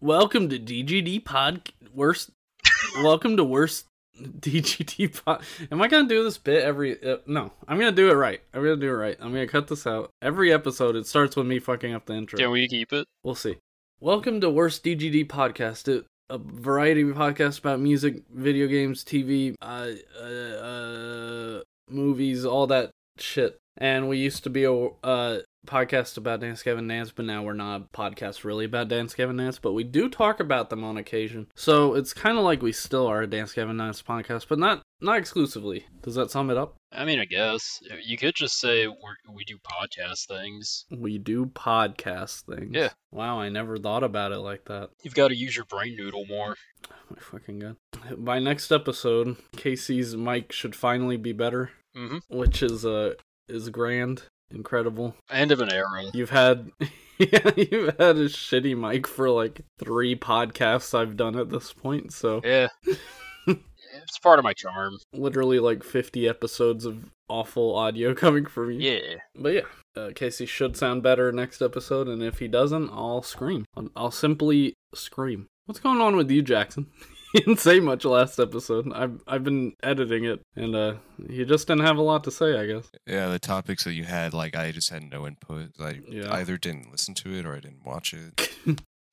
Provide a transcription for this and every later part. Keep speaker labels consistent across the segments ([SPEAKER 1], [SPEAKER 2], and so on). [SPEAKER 1] Welcome to DGD pod worst. welcome to worst DGD pod. Am I gonna do this bit every? Uh, no, I'm gonna do it right. I'm gonna do it right. I'm gonna cut this out. Every episode, it starts with me fucking up the intro.
[SPEAKER 2] Can we keep it?
[SPEAKER 1] We'll see. Welcome to Worst DGD Podcast, a- a variety of podcasts about music, video games, TV, uh, uh, uh, movies, all that shit. And we used to be a uh, podcast about Dance Gavin Nance, but now we're not a podcast really about Dance Gavin Nance, but we do talk about them on occasion. So it's kind of like we still are a Dance Gavin Nance podcast, but not not exclusively. Does that sum it up?
[SPEAKER 2] I mean, I guess you could just say we're, we do podcast things.
[SPEAKER 1] We do podcast things.
[SPEAKER 2] Yeah.
[SPEAKER 1] Wow, I never thought about it like that.
[SPEAKER 2] You've got to use your brain noodle more.
[SPEAKER 1] My fucking god. By next episode, Casey's mic should finally be better,
[SPEAKER 2] Mm-hmm.
[SPEAKER 1] which is uh is grand, incredible.
[SPEAKER 2] End of an era.
[SPEAKER 1] You've had yeah, you've had a shitty mic for like 3 podcasts I've done at this point, so
[SPEAKER 2] Yeah, it's part of my charm.
[SPEAKER 1] literally like 50 episodes of awful audio coming from you.
[SPEAKER 2] Yeah,
[SPEAKER 1] But yeah, uh, Casey should sound better next episode and if he doesn't, I'll scream. I'll, I'll simply scream. What's going on with you, Jackson? He didn't say much last episode. I've I've been editing it, and uh, you just didn't have a lot to say, I guess.
[SPEAKER 3] Yeah, the topics that you had, like I just had no input. I
[SPEAKER 1] Yeah.
[SPEAKER 3] either didn't listen to it or I didn't watch it.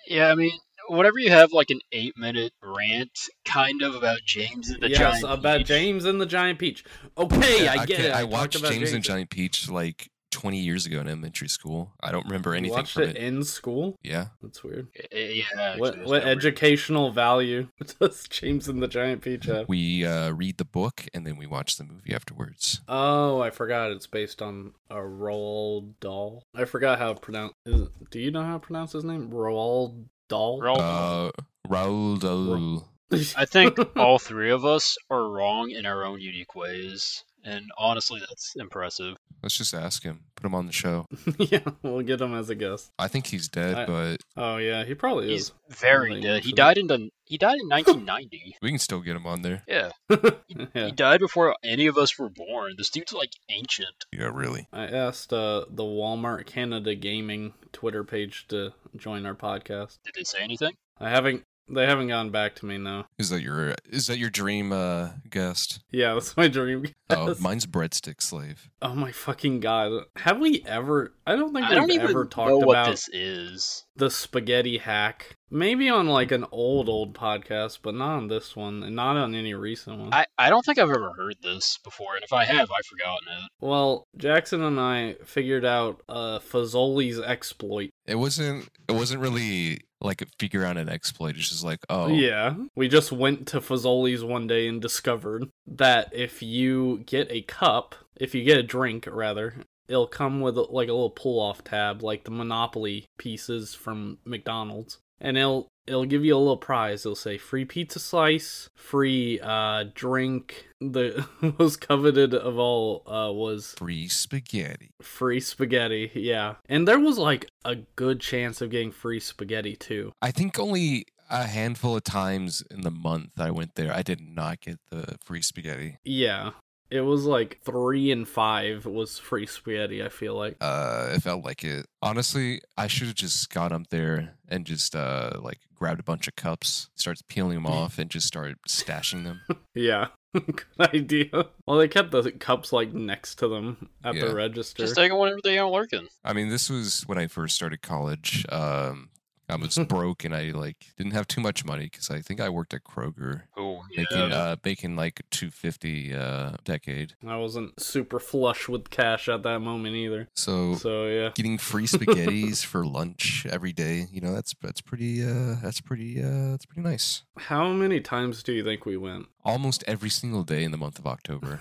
[SPEAKER 2] yeah. I mean, whenever you have like an eight-minute rant, kind of about James and the
[SPEAKER 1] yes,
[SPEAKER 2] Giant.
[SPEAKER 1] about
[SPEAKER 2] Peach,
[SPEAKER 1] James and the Giant Peach. Okay, I get
[SPEAKER 3] can't-
[SPEAKER 1] it.
[SPEAKER 3] I,
[SPEAKER 1] talked
[SPEAKER 3] watched
[SPEAKER 1] about
[SPEAKER 3] James, and Johnny Peach like 20 years ago in elementary school. I don't remember
[SPEAKER 1] You
[SPEAKER 3] anything
[SPEAKER 1] watched
[SPEAKER 3] from
[SPEAKER 1] it
[SPEAKER 3] it.
[SPEAKER 1] in school.
[SPEAKER 3] yeah,
[SPEAKER 1] That's weird.
[SPEAKER 2] Eh, Yeah. actually,
[SPEAKER 1] What
[SPEAKER 2] it's
[SPEAKER 1] what
[SPEAKER 2] not weird.
[SPEAKER 1] educational value does James and the Giant Peach have?
[SPEAKER 3] we uh, read the book and then we watch the movie afterwards.
[SPEAKER 1] Oh, I forgot it's based on a Roald Dahl. I forgot how to pronounce. Is it, do you know how to pronounce his name? Roald Dahl.
[SPEAKER 2] Roald-
[SPEAKER 3] Uh, Raoul Dahl.
[SPEAKER 2] I think all three of us are wrong in our own unique ways, and honestly, that's impressive.
[SPEAKER 3] Let's just ask him. Put him on the show.
[SPEAKER 1] yeah, we'll get him as a guest.
[SPEAKER 3] I think he's dead,
[SPEAKER 1] I-
[SPEAKER 3] but
[SPEAKER 1] Oh yeah, he probably
[SPEAKER 2] He's
[SPEAKER 1] is.
[SPEAKER 2] very
[SPEAKER 1] Nothing
[SPEAKER 2] dead. He
[SPEAKER 1] actually.
[SPEAKER 2] died in the, he died in 1990.
[SPEAKER 3] we can still get him on there.
[SPEAKER 2] Yeah.
[SPEAKER 1] yeah.
[SPEAKER 2] He died before any of us were born. This dude's like ancient.
[SPEAKER 3] Yeah, really.
[SPEAKER 1] I asked uh, the Walmart Canada Gaming Twitter page to join our podcast.
[SPEAKER 2] Did they say anything?
[SPEAKER 1] I haven't. They haven't gotten back to me now.
[SPEAKER 3] Is that your is that your dream uh, guest?
[SPEAKER 1] Yeah, that's my dream.
[SPEAKER 3] Oh,
[SPEAKER 1] guest.
[SPEAKER 3] mine's breadstick slave.
[SPEAKER 1] Oh my fucking god! Have we ever? I don't think
[SPEAKER 2] I
[SPEAKER 1] we've
[SPEAKER 2] don't even
[SPEAKER 1] ever
[SPEAKER 2] know
[SPEAKER 1] talked
[SPEAKER 2] what
[SPEAKER 1] about
[SPEAKER 2] this is.
[SPEAKER 1] the spaghetti hack. Maybe on like an old old podcast, but not on this one, and not on any recent one.
[SPEAKER 2] I, I don't think I've ever heard this before, and if I have, I've forgotten it.
[SPEAKER 1] well, Jackson and I figured out uh Fazoli's exploit.
[SPEAKER 3] It wasn't. It wasn't really like a figure out an exploit. It's just like, oh,
[SPEAKER 1] Yeah, we just went to Fazoli's one day and discovered that if you get a cup, if you get a drink rather, it'll come with like a little pull off tab, like the Monopoly pieces from McDonald's, and it'll it'll give you a little prize. It'll say free pizza slice, free uh drink. The most coveted of all uh was
[SPEAKER 3] free spaghetti.
[SPEAKER 1] free spaghetti. Yeah, and there was like a good chance of getting free spaghetti too.
[SPEAKER 3] I think only a handful of times in the month I went there, I did not get the free spaghetti.
[SPEAKER 1] Yeah. It was like three and five was free spaghetti, I feel like.
[SPEAKER 3] Uh, it felt like it. Honestly, I should have just got up there and just uh like grabbed a bunch of cups, starts peeling them off, and just started stashing them.
[SPEAKER 1] Yeah. Good idea. Well, they kept the cups like next to them at
[SPEAKER 3] Yeah.
[SPEAKER 1] the register.
[SPEAKER 2] Just taking whatever they aren't lurking.
[SPEAKER 3] I mean, this was when I first started college. Um, I was broke and I like didn't have too much money because I think I worked at Kroger.
[SPEAKER 2] Oh, yeah.
[SPEAKER 3] Making uh making like two fifty uh decade.
[SPEAKER 1] I wasn't super flush with cash at that moment either.
[SPEAKER 3] So
[SPEAKER 1] So, yeah.
[SPEAKER 3] getting free spaghettis for lunch every day you know that's that's pretty uh that's pretty uh that's pretty nice
[SPEAKER 1] How many times do you think we went?
[SPEAKER 3] almost every single day in the month of october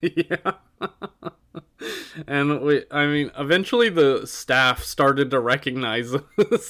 [SPEAKER 1] yeah. and we, I mean, eventually the staff started to recognize us.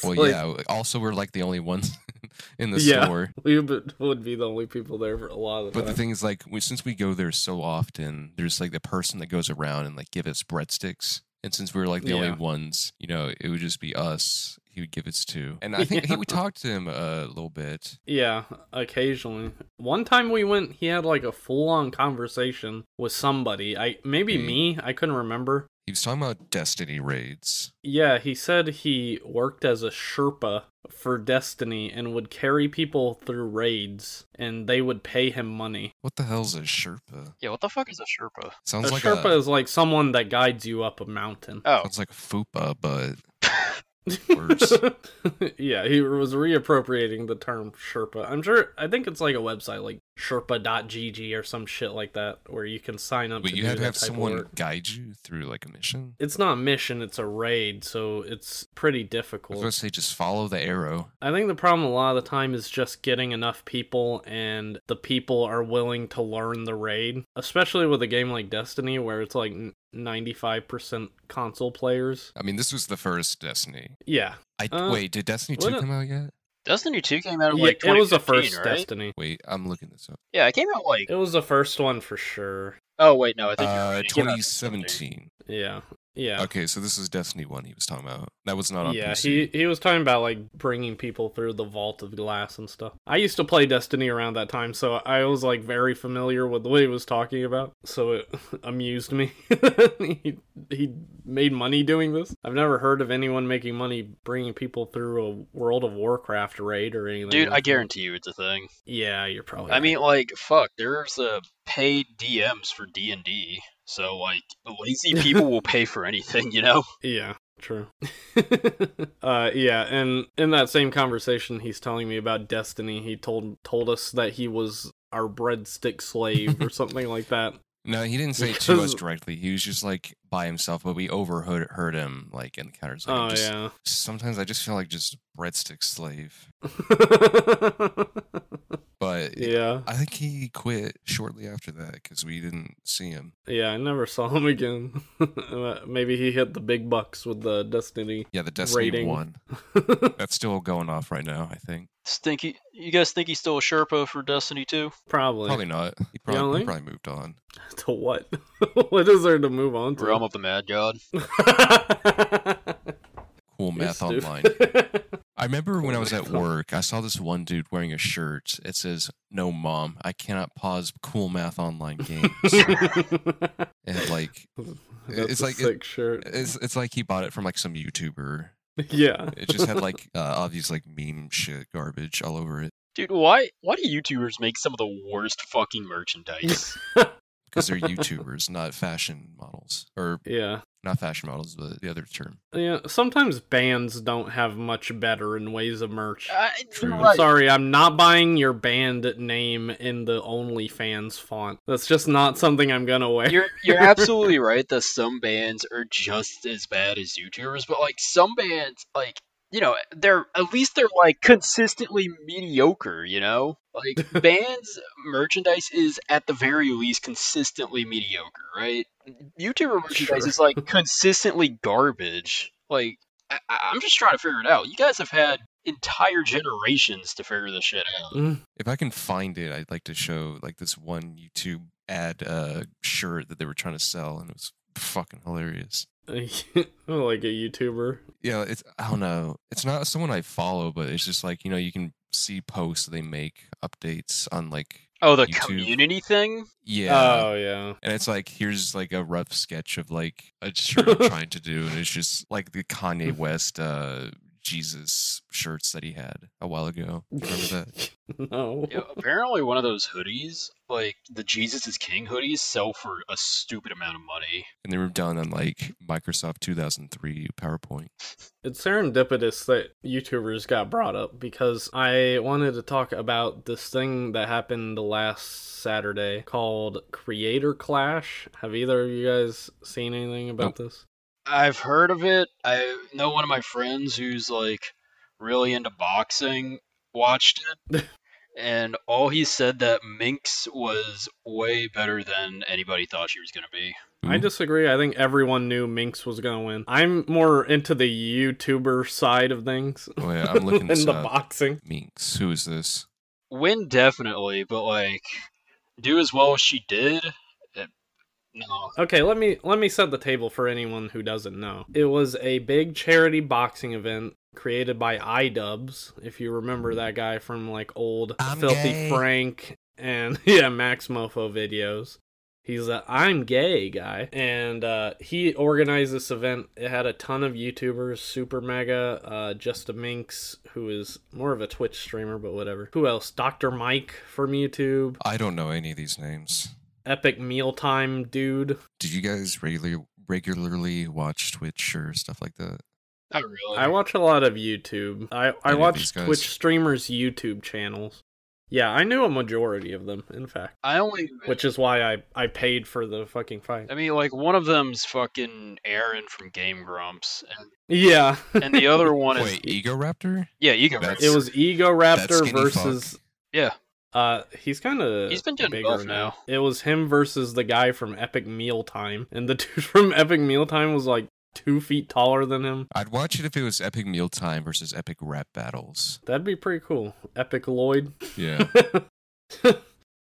[SPEAKER 3] well
[SPEAKER 1] Like,
[SPEAKER 3] yeah also we're like the only ones in the
[SPEAKER 1] Yeah.
[SPEAKER 3] store
[SPEAKER 1] We would would be the only people there for a lot of the
[SPEAKER 3] but
[SPEAKER 1] time.
[SPEAKER 3] the thing is like we, since we go there so often there's like the person that goes around and like give us breadsticks and since we were like the only
[SPEAKER 1] Yeah.
[SPEAKER 3] ones you know it would just be us he would give us to and i think he,
[SPEAKER 1] Yeah.
[SPEAKER 3] we talked to him a little bit
[SPEAKER 1] Yeah, occasionally. One time we went, he had like a full on conversation with somebody. I maybe
[SPEAKER 3] Hmm.
[SPEAKER 1] me, I couldn't remember.
[SPEAKER 3] he was talking about destiny raids
[SPEAKER 1] Yeah, he said he worked as a Sherpa for Destiny and would carry people through raids, and they would pay him money.
[SPEAKER 3] What the hell's a Sherpa?
[SPEAKER 2] Yeah, what the fuck is a Sherpa?
[SPEAKER 3] Sounds
[SPEAKER 1] a
[SPEAKER 3] like
[SPEAKER 1] Sherpa
[SPEAKER 3] a
[SPEAKER 1] is like someone that guides you up a mountain.
[SPEAKER 2] Oh,
[SPEAKER 3] sounds like a fupa, but worse.
[SPEAKER 1] yeah, he was reappropriating the term Sherpa. I'm sure. I think it's like a website like Sherpa.gg or some shit like that, where you can sign up.
[SPEAKER 3] but
[SPEAKER 1] to
[SPEAKER 3] you
[SPEAKER 1] do
[SPEAKER 3] had to
[SPEAKER 1] that
[SPEAKER 3] have
[SPEAKER 1] type of
[SPEAKER 3] someone
[SPEAKER 1] work.
[SPEAKER 3] guide you through like a mission.
[SPEAKER 1] It's not a mission; it's a raid, so it's pretty
[SPEAKER 3] I was
[SPEAKER 1] difficult.
[SPEAKER 3] gonna say just follow the arrow.
[SPEAKER 1] I think the problem a lot of the time is just getting enough people and the people are willing to learn the raid, especially with a game like Destiny where it's like n- 95% console players.
[SPEAKER 3] I mean, this was the first Destiny.
[SPEAKER 1] Yeah.
[SPEAKER 3] I
[SPEAKER 1] Uh,
[SPEAKER 3] wait, did Destiny two
[SPEAKER 1] what a-
[SPEAKER 3] come out yet?
[SPEAKER 2] Destiny 2 came out in
[SPEAKER 1] yeah
[SPEAKER 2] like
[SPEAKER 1] it was the
[SPEAKER 2] 2015,
[SPEAKER 1] first
[SPEAKER 2] right?
[SPEAKER 1] Destiny.
[SPEAKER 3] Wait, I'm looking this up.
[SPEAKER 2] Yeah, it came out like.
[SPEAKER 1] It was the first one for sure.
[SPEAKER 2] Oh wait, no, I think you're
[SPEAKER 3] Uh,
[SPEAKER 2] right. It came out in
[SPEAKER 3] 2017.
[SPEAKER 1] Yeah. Yeah.
[SPEAKER 3] Okay, so this is Destiny one he was talking about. That was not on
[SPEAKER 1] Yeah,
[SPEAKER 3] PC.
[SPEAKER 1] he, he was talking about like bringing people through the vault of glass and stuff. I used to play Destiny around that time, so I was like very familiar with what he was talking about, so it amused me. he, he made money doing this. I've never heard of anyone making money bringing people through a World of Warcraft raid or anything.
[SPEAKER 2] 2015. Dude,
[SPEAKER 1] like
[SPEAKER 2] I
[SPEAKER 1] that.
[SPEAKER 2] guarantee you it's a thing.
[SPEAKER 1] Yeah, you're probably.
[SPEAKER 2] I mean, like, fuck, there's uh, paid DMs for D and D, so like, lazy people will pay for anything, you know.
[SPEAKER 1] Yeah, true. uh yeah, and in that same conversation he's telling me about Destiny, he told told us that he was our breadstick slave or something like that.
[SPEAKER 3] No, he didn't say it to us
[SPEAKER 1] Because-
[SPEAKER 3] directly. He was just like by himself, but we overheard heard him like in the counter. Like,
[SPEAKER 1] oh
[SPEAKER 3] just,
[SPEAKER 1] yeah.
[SPEAKER 3] Sometimes I just feel like just breadstick slave. But
[SPEAKER 1] yeah.
[SPEAKER 3] I think he quit shortly after that because we didn't see him.
[SPEAKER 1] Yeah, I never saw him again. Uh, Maybe he hit the big bucks with the Destiny.
[SPEAKER 3] Yeah, the Destiny
[SPEAKER 1] Rating.
[SPEAKER 3] one that's still going off right now. I think
[SPEAKER 2] Stinky, you guys think he's still a Sherpa for Destiny 2?
[SPEAKER 1] Probably.
[SPEAKER 3] probably not. He
[SPEAKER 1] don't
[SPEAKER 3] probably, he
[SPEAKER 1] think?
[SPEAKER 3] probably moved on.
[SPEAKER 1] To what? what is there to move on to?
[SPEAKER 2] Realm of the Mad God.
[SPEAKER 1] You're
[SPEAKER 3] Cool math
[SPEAKER 1] stupid.
[SPEAKER 3] online. I remember when I was at work, I saw this one dude wearing a shirt. It says, "No, mom, I cannot pause cool math online games." and like,
[SPEAKER 1] That's
[SPEAKER 3] It's
[SPEAKER 1] a
[SPEAKER 3] like it-
[SPEAKER 1] sick shirt.
[SPEAKER 3] it's it's like he bought it from like some YouTuber.
[SPEAKER 1] yeah.
[SPEAKER 3] It just had like uh, obvious like meme shit garbage all over it
[SPEAKER 2] Dude, why why do YouTubers make some of the worst fucking merchandise?
[SPEAKER 3] because they're YouTubers, not fashion models or
[SPEAKER 1] yeah.
[SPEAKER 3] not fashion models, but the other term.
[SPEAKER 1] Yeah. Sometimes bands don't have much better in ways of merch.
[SPEAKER 2] I,
[SPEAKER 3] True.
[SPEAKER 1] I'm
[SPEAKER 2] Uh, right.
[SPEAKER 1] sorry, I'm not buying your band name in the OnlyFans font. That's just not something I'm gonna wear.
[SPEAKER 2] You're you're absolutely right that some bands are just as bad as YouTubers, but like some bands, like you know, they're at least they're like consistently mediocre. You know, like bands merchandise is at the very least consistently mediocre, right? YouTuber merchandise
[SPEAKER 1] Sure.
[SPEAKER 2] is like consistently garbage. Like I, I- I'm just trying to figure it out. You guys have had entire generations to figure this shit
[SPEAKER 1] Mm,
[SPEAKER 2] out.
[SPEAKER 3] If I can find it, I'd like to show like this one YouTube ad uh, shirt that they were trying to sell, and it was fucking hilarious.
[SPEAKER 1] like a YouTuber.
[SPEAKER 3] yeah, it's I don't know. It's not someone I follow, but it's just like you know you can see posts they make updates on like
[SPEAKER 2] Oh, the
[SPEAKER 3] YouTube.
[SPEAKER 2] community thing.
[SPEAKER 3] yeah,
[SPEAKER 1] Oh yeah.
[SPEAKER 3] and it's like here's like a rough sketch of like a shirt I'm trying to do, and it's just like the Kanye West uh Jesus shirts that he had a while ago. Remember that?
[SPEAKER 1] no.
[SPEAKER 2] Yeah, apparently one of those hoodies, like the Jesus is King hoodies, sell for a stupid amount of money.
[SPEAKER 3] And they were done on like Microsoft 2003 PowerPoint.
[SPEAKER 1] It's serendipitous that YouTubers got brought up because I wanted to talk about this thing that happened last Saturday called Creator Clash. Have either of you guys seen anything about this?
[SPEAKER 2] I've heard of it. I know one of my friends who's like really into boxing watched it. And all he said that Minx was way better than anybody thought she was gonna be.
[SPEAKER 1] I disagree. I think everyone knew Minx was going to win. I'm more into the YouTuber side of things
[SPEAKER 3] Oh, yeah, I'm looking
[SPEAKER 1] than
[SPEAKER 3] this
[SPEAKER 1] the
[SPEAKER 3] up.
[SPEAKER 1] boxing.
[SPEAKER 3] Minx, who is this?
[SPEAKER 2] Win definitely, but like do as well as she did. It, no,
[SPEAKER 1] Okay, let me let me set the table for anyone who doesn't know. It was a big charity boxing event created by iDubbbz, if you remember that guy from like old
[SPEAKER 3] I'm
[SPEAKER 1] Filthy
[SPEAKER 3] gay.
[SPEAKER 1] Frank and yeah, Max Mofo videos. He's a I'm gay guy, and uh, he organized this event. It had a ton of YouTubers, Super Mega, uh, Just a Minx, who is more of a Twitch streamer, but whatever. Who else? Doctor Mike from YouTube,
[SPEAKER 3] I don't know any of these names.
[SPEAKER 1] Epic Mealtime Dude.
[SPEAKER 3] Did you guys regularly regularly watch Twitch or stuff like that?
[SPEAKER 2] Not really.
[SPEAKER 1] I watch a lot of YouTube. I I
[SPEAKER 3] Any of
[SPEAKER 1] watch
[SPEAKER 3] these guys?
[SPEAKER 1] Twitch streamers' YouTube channels. Yeah, I knew a majority of them, in fact,
[SPEAKER 2] I only.
[SPEAKER 1] which is why I I paid for the fucking fight.
[SPEAKER 2] I mean, like one of them's fucking Aaron from Game Grumps, and,
[SPEAKER 1] Yeah,
[SPEAKER 2] and the other one is
[SPEAKER 3] Wait, Ego Raptor?
[SPEAKER 2] yeah, you can.
[SPEAKER 3] That's-
[SPEAKER 1] it was Ego
[SPEAKER 3] That
[SPEAKER 1] Raptor
[SPEAKER 3] skinny fuck.
[SPEAKER 1] versus
[SPEAKER 2] yeah,
[SPEAKER 1] Uh, he's kind of
[SPEAKER 2] He's been doing
[SPEAKER 1] bigger
[SPEAKER 2] both now.
[SPEAKER 1] It was him versus the guy from Epic Mealtime, and the dude from Epic Mealtime was like two feet taller than him.
[SPEAKER 3] I'd watch it if it was Epic Mealtime versus Epic Rap Battles.
[SPEAKER 1] That'd be pretty cool. Epic Lloyd.
[SPEAKER 3] Yeah.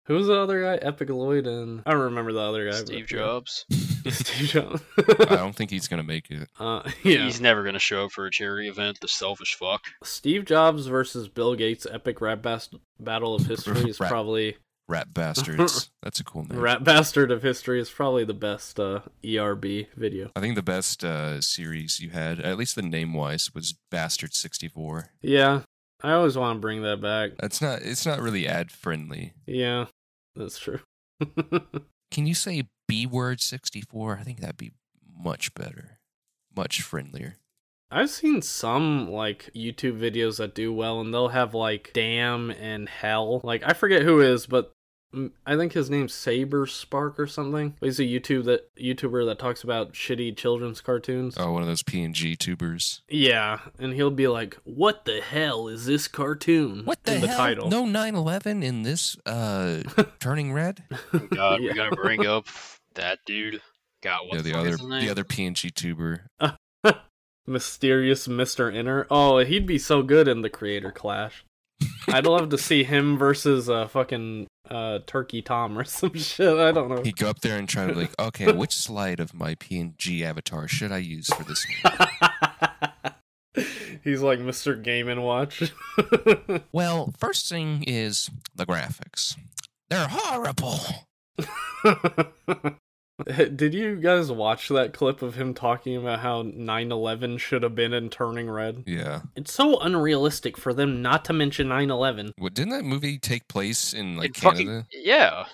[SPEAKER 1] Who's the other guy? Epic Lloyd and I don't remember the other guy. but-
[SPEAKER 2] Steve Jobs.
[SPEAKER 1] Steve Jobs.
[SPEAKER 3] I don't think he's gonna make it.
[SPEAKER 1] uh, yeah.
[SPEAKER 2] He's never gonna show up for a charity event. The selfish fuck.
[SPEAKER 1] Steve Jobs versus Bill Gates' epic rap bas- battle of history is
[SPEAKER 3] Rap.
[SPEAKER 1] probably
[SPEAKER 3] Rap Bastards. That's a cool name.
[SPEAKER 1] rap bastard of history is probably the best uh, ERB video.
[SPEAKER 3] I think the best uh, series you had, at least the name wise, was Bastard sixty four.
[SPEAKER 1] Yeah, I always want to bring that back.
[SPEAKER 3] That's not. It's not really ad friendly.
[SPEAKER 1] Yeah, that's true.
[SPEAKER 3] Can you say B word sixty four? I think that'd be much better, much friendlier.
[SPEAKER 1] I've seen some like YouTube videos that do well, and they'll have like damn and hell. Like I forget who is, but mm, I think his name's Saber Spark or something. He's a YouTube that YouTuber that talks about shitty children's cartoons.
[SPEAKER 3] Oh, one of those PNG tubers.
[SPEAKER 1] Yeah, and he'll be like, "What the hell is this cartoon?" in the title.
[SPEAKER 3] No nine eleven in this uh, turning red.
[SPEAKER 2] Thank Oh God,
[SPEAKER 1] Yeah.
[SPEAKER 2] we gotta bring up that dude. God, what
[SPEAKER 3] yeah, the
[SPEAKER 2] fuck
[SPEAKER 3] other
[SPEAKER 2] is his name?
[SPEAKER 3] the other PNG tuber.
[SPEAKER 1] Mysterious Mr. Inner. Oh, he'd be so good in the creator clash. I'd love to see him versus uh fucking uh Turkey Tom or some shit. I don't know.
[SPEAKER 3] He'd go up there and try to be like, okay, which slide of my PNG avatar should I use for this?
[SPEAKER 1] He's like Mr. Game and Watch.
[SPEAKER 3] Well, first thing is the graphics. They're horrible.
[SPEAKER 1] Did you guys watch that clip of him talking about how 9/11 should have been in Turning Red?
[SPEAKER 3] Yeah.
[SPEAKER 1] It's so unrealistic for them not to mention 9/11.
[SPEAKER 3] What, didn't that movie take place in like
[SPEAKER 2] In fucking-
[SPEAKER 3] Canada?
[SPEAKER 2] yeah,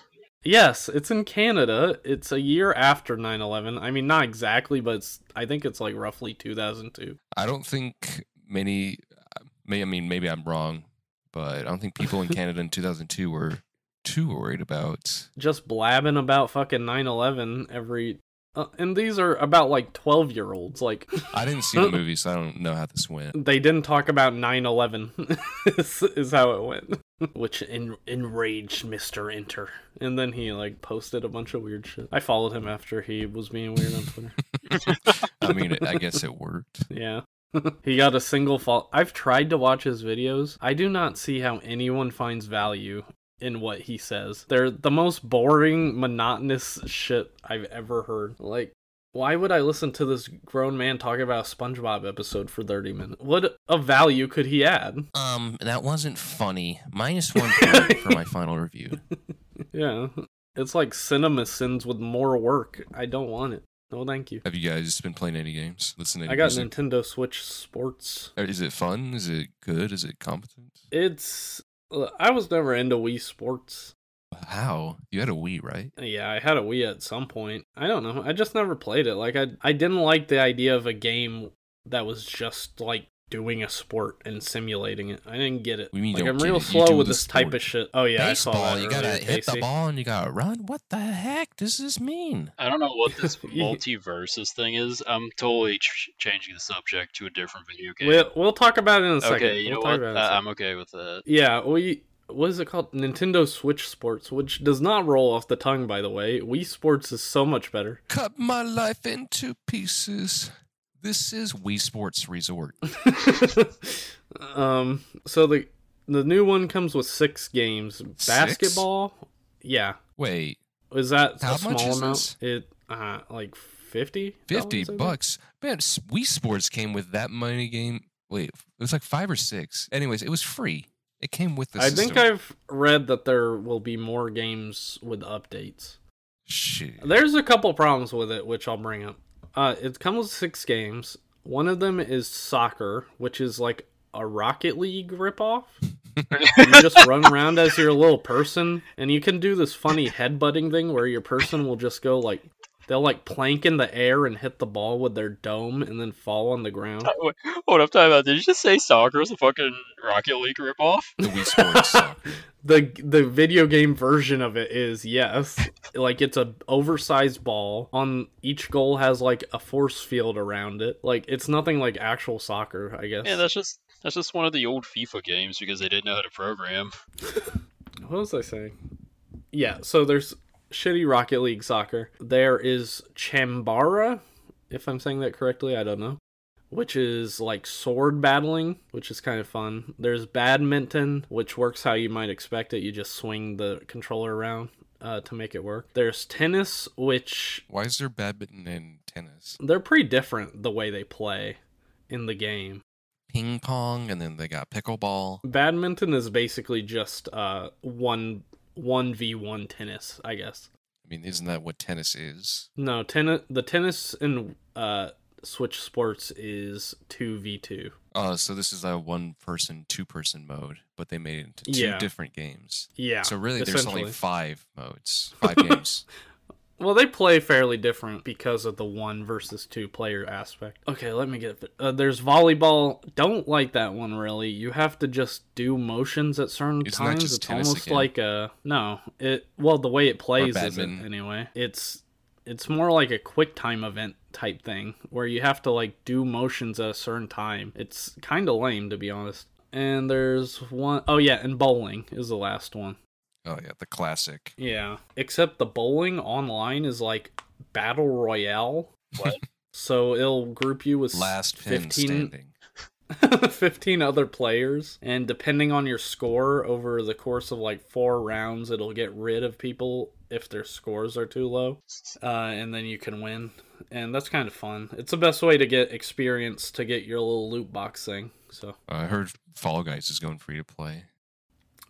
[SPEAKER 1] Yes, it's in Canada. It's a year after 9/11. I mean, not exactly, but it's, I think it's like roughly 2002.
[SPEAKER 3] I don't think many. May I mean maybe I'm wrong, but I don't think people in Canada in 2002 were too worried about.
[SPEAKER 1] Just blabbing about fucking 9/11 every uh, and these are about like 12-year-olds. Like
[SPEAKER 3] I didn't see the movie, so I don't know how this went.
[SPEAKER 1] they didn't talk about 9/11 is, is how it went, which en- enraged Mr. Inter. And then he like posted a bunch of weird shit. I followed him after he was being weird on Twitter.
[SPEAKER 3] I mean, I guess it worked.
[SPEAKER 1] Yeah. he got a single fault. I've tried to watch his videos. I do not see how anyone finds value in what he says. They're the most boring, monotonous shit I've ever heard. Like, why would I listen to this grown man talk about a SpongeBob episode for 30 minutes? What of value could he add?
[SPEAKER 3] Um, that wasn't funny. Minus one point for my final review.
[SPEAKER 1] Yeah. It's like cinema sins with more work. I don't want it. No, thank you.
[SPEAKER 3] Have you guys been playing any games? Listening?
[SPEAKER 1] I
[SPEAKER 3] to
[SPEAKER 1] got
[SPEAKER 3] music?
[SPEAKER 1] Nintendo Switch Sports.
[SPEAKER 3] Uh, Is it fun? Is it good? Is it competent?
[SPEAKER 1] It's. uh, I was never into Wii Sports.
[SPEAKER 3] How? You had a Wii, right?
[SPEAKER 1] Yeah, I had a Wii at some point. I don't know. I just never played it. Like I I didn't like the idea of a game that was just like doing a sport and simulating it. I didn't get it.
[SPEAKER 3] What do you mean you
[SPEAKER 1] like
[SPEAKER 3] don't
[SPEAKER 1] I'm
[SPEAKER 3] get
[SPEAKER 1] real
[SPEAKER 3] it?
[SPEAKER 1] slow
[SPEAKER 3] You do
[SPEAKER 1] with
[SPEAKER 3] the
[SPEAKER 1] this type
[SPEAKER 3] sport.
[SPEAKER 1] of shit. Oh yeah, I saw
[SPEAKER 3] Baseball,
[SPEAKER 1] that
[SPEAKER 3] you gotta
[SPEAKER 1] earlier,
[SPEAKER 3] hit the
[SPEAKER 1] Casey.
[SPEAKER 3] ball and you gotta run. What the heck does this mean?
[SPEAKER 2] I don't know what this
[SPEAKER 1] Yeah.
[SPEAKER 2] multiverses thing is. I'm totally ch- changing the subject to a different video game.
[SPEAKER 1] We'll we'll talk about it in a second.
[SPEAKER 2] okay, you
[SPEAKER 1] We'll talk
[SPEAKER 2] know what?
[SPEAKER 1] about it in a
[SPEAKER 2] Uh,
[SPEAKER 1] second.
[SPEAKER 2] I'm okay with that.
[SPEAKER 1] Yeah, we what is it called? Nintendo Switch Sports, which does not roll off the tongue by the way. Wii Sports is so much better.
[SPEAKER 3] Cut my life into pieces. This is Wii Sports Resort.
[SPEAKER 1] um so the the new one comes with six games. Basketball? Yeah.
[SPEAKER 3] Wait,
[SPEAKER 1] Is that
[SPEAKER 3] How
[SPEAKER 1] a small
[SPEAKER 3] much is
[SPEAKER 1] amount?
[SPEAKER 3] this?
[SPEAKER 1] It uh like fifty.
[SPEAKER 3] 50 bucks. Man, s- Wii Sports came with that money game. Wait, it was like five or six. Anyways, it was free. It came with the
[SPEAKER 1] I
[SPEAKER 3] system.
[SPEAKER 1] think I've read that there will be more games with updates.
[SPEAKER 3] Shit.
[SPEAKER 1] There's a couple problems with it, which I'll bring up. Uh, it comes with six games. One of them is soccer, which is like a Rocket League ripoff. you just run around as your little person, and you can do this funny headbutting thing where your person will just go like they'll like plank in the air and hit the ball with their dome and then fall on the ground.
[SPEAKER 2] Wait, Hold up, time out. Did you just say soccer is a fucking Rocket League ripoff?
[SPEAKER 3] The Wii Sports soccer.
[SPEAKER 1] the the video game version of it is yes like it's a oversized ball on each goal has like a force field around it like it's nothing like actual soccer i guess
[SPEAKER 2] Yeah, that's just that's just one of the old FIFA games because they didn't know how to program.
[SPEAKER 1] what was i saying yeah so there's shitty rocket league soccer there is chambara if i'm saying that correctly i don't know which is like sword battling which is kind of fun there's badminton which works how you might expect it you just swing the controller around uh, to make it work there's tennis which
[SPEAKER 3] Why is there badminton and tennis?
[SPEAKER 1] they're pretty different the way they play in the game.
[SPEAKER 3] Ping pong, and then they got pickleball.
[SPEAKER 1] Badminton is basically just uh one one v one tennis, I guess.
[SPEAKER 3] I mean, isn't that what tennis is?
[SPEAKER 1] No, tennis the tennis in uh Switch Sports is two v two.
[SPEAKER 3] Oh, so this is a one person, two person mode, but they made it into two
[SPEAKER 1] Yeah.
[SPEAKER 3] different games.
[SPEAKER 1] Yeah.
[SPEAKER 3] so really, there's only
[SPEAKER 1] essentially.
[SPEAKER 3] five modes, five games.
[SPEAKER 1] Well, they play fairly different because of the one versus two player aspect. Okay, let me get. Uh, there's volleyball. Don't like that one really. You have to just do motions at certain
[SPEAKER 3] Isn't that
[SPEAKER 1] times.
[SPEAKER 3] just
[SPEAKER 1] it's
[SPEAKER 3] tennis
[SPEAKER 1] almost
[SPEAKER 3] again?
[SPEAKER 1] like a no. It well the way it plays isn't
[SPEAKER 3] badminton.
[SPEAKER 1] anyway. It's it's more like a quick time event type thing where you have to like do motions at a certain time. It's kind of lame to be honest. And there's one oh yeah, and bowling is the last one.
[SPEAKER 3] Oh yeah, the classic.
[SPEAKER 1] Yeah. Except the bowling online is like battle royale.
[SPEAKER 2] What?
[SPEAKER 1] so it'll group you with s-
[SPEAKER 3] Last pin
[SPEAKER 1] 15,
[SPEAKER 3] standing.
[SPEAKER 1] 15 other players and depending on your score over the course of like four rounds it'll get rid of people if their scores are too low uh, and then you can win and that's kind of fun it's the best way to get experience to get your little loot box thing so
[SPEAKER 3] I heard Fall Guys is going free to play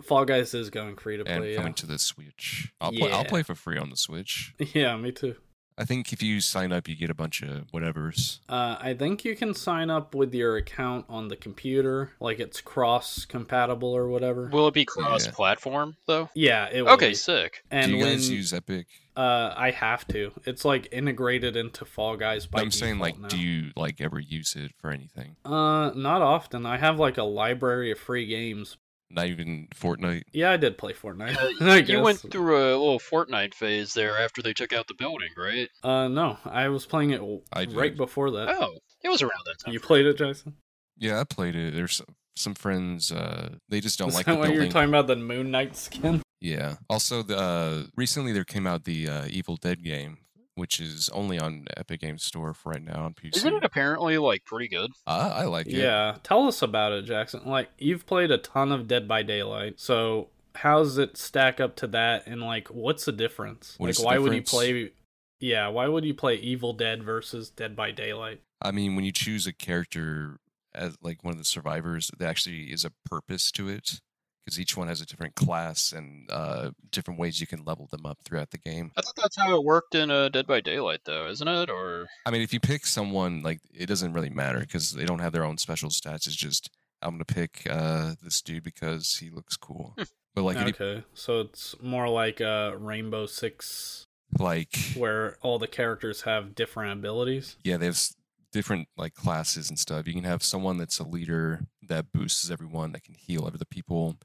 [SPEAKER 1] fall guys is going free to
[SPEAKER 3] and
[SPEAKER 1] play yeah.
[SPEAKER 3] coming to the Switch. I'll play. I'll
[SPEAKER 1] Yeah.
[SPEAKER 3] play for free on the Switch.
[SPEAKER 1] yeah me too
[SPEAKER 3] I think if you sign up, you get a bunch of whatevers.
[SPEAKER 1] Uh, I think you can sign up with your account on the computer, like it's cross compatible or whatever.
[SPEAKER 2] Will it be cross platform though?
[SPEAKER 1] yeah, it will.
[SPEAKER 2] Okay,
[SPEAKER 1] be.
[SPEAKER 2] sick.
[SPEAKER 1] and
[SPEAKER 3] Do you
[SPEAKER 1] when
[SPEAKER 3] guys use Epic?
[SPEAKER 1] uh, I have to, it's like integrated into Fall Guys by
[SPEAKER 3] I'm saying
[SPEAKER 1] default
[SPEAKER 3] like,
[SPEAKER 1] now.
[SPEAKER 3] do you like ever use it for anything?
[SPEAKER 1] Uh, not often. I have like a library of free games.
[SPEAKER 3] Not even Fortnite.
[SPEAKER 1] Yeah, I did play Fortnite. I
[SPEAKER 2] Uh, you went
[SPEAKER 1] guess.
[SPEAKER 2] through a little Fortnite phase there after they took out the building, right?
[SPEAKER 1] Uh, no, I was playing it w-
[SPEAKER 3] I did.
[SPEAKER 1] right before that.
[SPEAKER 2] Oh, it was around that time.
[SPEAKER 1] Uh, You played it, Jason?
[SPEAKER 3] Yeah, I played it. There's some, some friends. Uh, they just don't
[SPEAKER 1] Is
[SPEAKER 3] like
[SPEAKER 1] that
[SPEAKER 3] the
[SPEAKER 1] why you were
[SPEAKER 3] building.
[SPEAKER 1] talking about the Moon Knight skin?
[SPEAKER 3] Yeah. Also, the uh, recently there came out the uh, Evil Dead game, which is only on Epic Games Store for right now on PC.
[SPEAKER 2] Isn't it apparently like pretty good?
[SPEAKER 3] I, Ah, I like it.
[SPEAKER 1] Yeah, tell us about it, Jackson. Like you've played a ton of Dead by Daylight, so how's it stack up to that? And like, what's the difference?
[SPEAKER 3] What
[SPEAKER 1] like,
[SPEAKER 3] is the
[SPEAKER 1] why would you
[SPEAKER 3] difference?
[SPEAKER 1] play? Yeah, why would you play Evil Dead versus Dead by Daylight?
[SPEAKER 3] I mean, when you choose a character as like one of the survivors, there actually is a purpose to it because each one has a different class and uh, different ways you can level them up throughout the game.
[SPEAKER 2] I thought that's how it worked in uh, Dead by Daylight though, isn't it? Or
[SPEAKER 3] I mean, if you pick someone, like it doesn't really matter because they don't have their own special stats. It's just I'm gonna pick uh, this dude because he looks cool. But like, e- any,
[SPEAKER 1] Hmm. okay, so it's more like uh, Rainbow Six,
[SPEAKER 3] like
[SPEAKER 1] where all the characters have different abilities.
[SPEAKER 3] yeah, they have s- different like classes and stuff. You can have someone that's a leader that boosts everyone that can heal other people.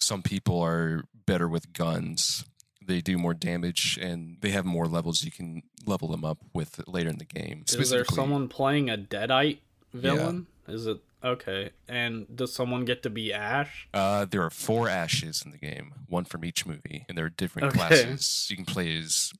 [SPEAKER 3] Some people are better with guns. They do more damage and they have more levels you can level them up with later in the game.
[SPEAKER 1] Is there
[SPEAKER 3] Specifically-
[SPEAKER 1] someone playing a Deadite villain? Is it okay? And does someone get to be Ash?
[SPEAKER 3] Uh, there are four ashes in the game, one from each movie, and there are different
[SPEAKER 1] Okay.
[SPEAKER 3] classes. You can play as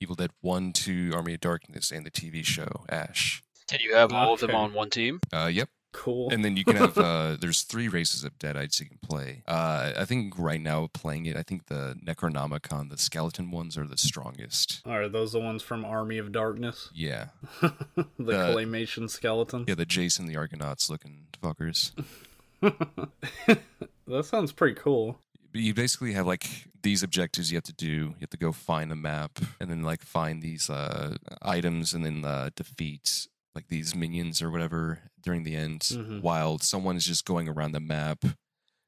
[SPEAKER 3] Evil Dead 1, 2, Army of Darkness, and the TV show Ash.
[SPEAKER 2] did you have all of them
[SPEAKER 1] Okay.
[SPEAKER 2] on one team?
[SPEAKER 3] Uh, yep.
[SPEAKER 1] Cool.
[SPEAKER 3] And then you can have uh, there's three races of Deadites you can play. Uh, I think right now playing it, I think the Necronomicon, the skeleton ones, are the strongest.
[SPEAKER 1] Are those the ones from Army of Darkness?
[SPEAKER 3] Yeah,
[SPEAKER 1] the
[SPEAKER 3] The-
[SPEAKER 1] claymation skeleton.
[SPEAKER 3] yeah, the Jason the Argonauts looking fuckers.
[SPEAKER 1] that sounds pretty cool.
[SPEAKER 3] But you basically have like these objectives you have to do. You have to go find the map and then like find these uh, items and then uh, defeat like these minions or whatever during the end
[SPEAKER 1] Mhm.
[SPEAKER 3] while someone is just going around the map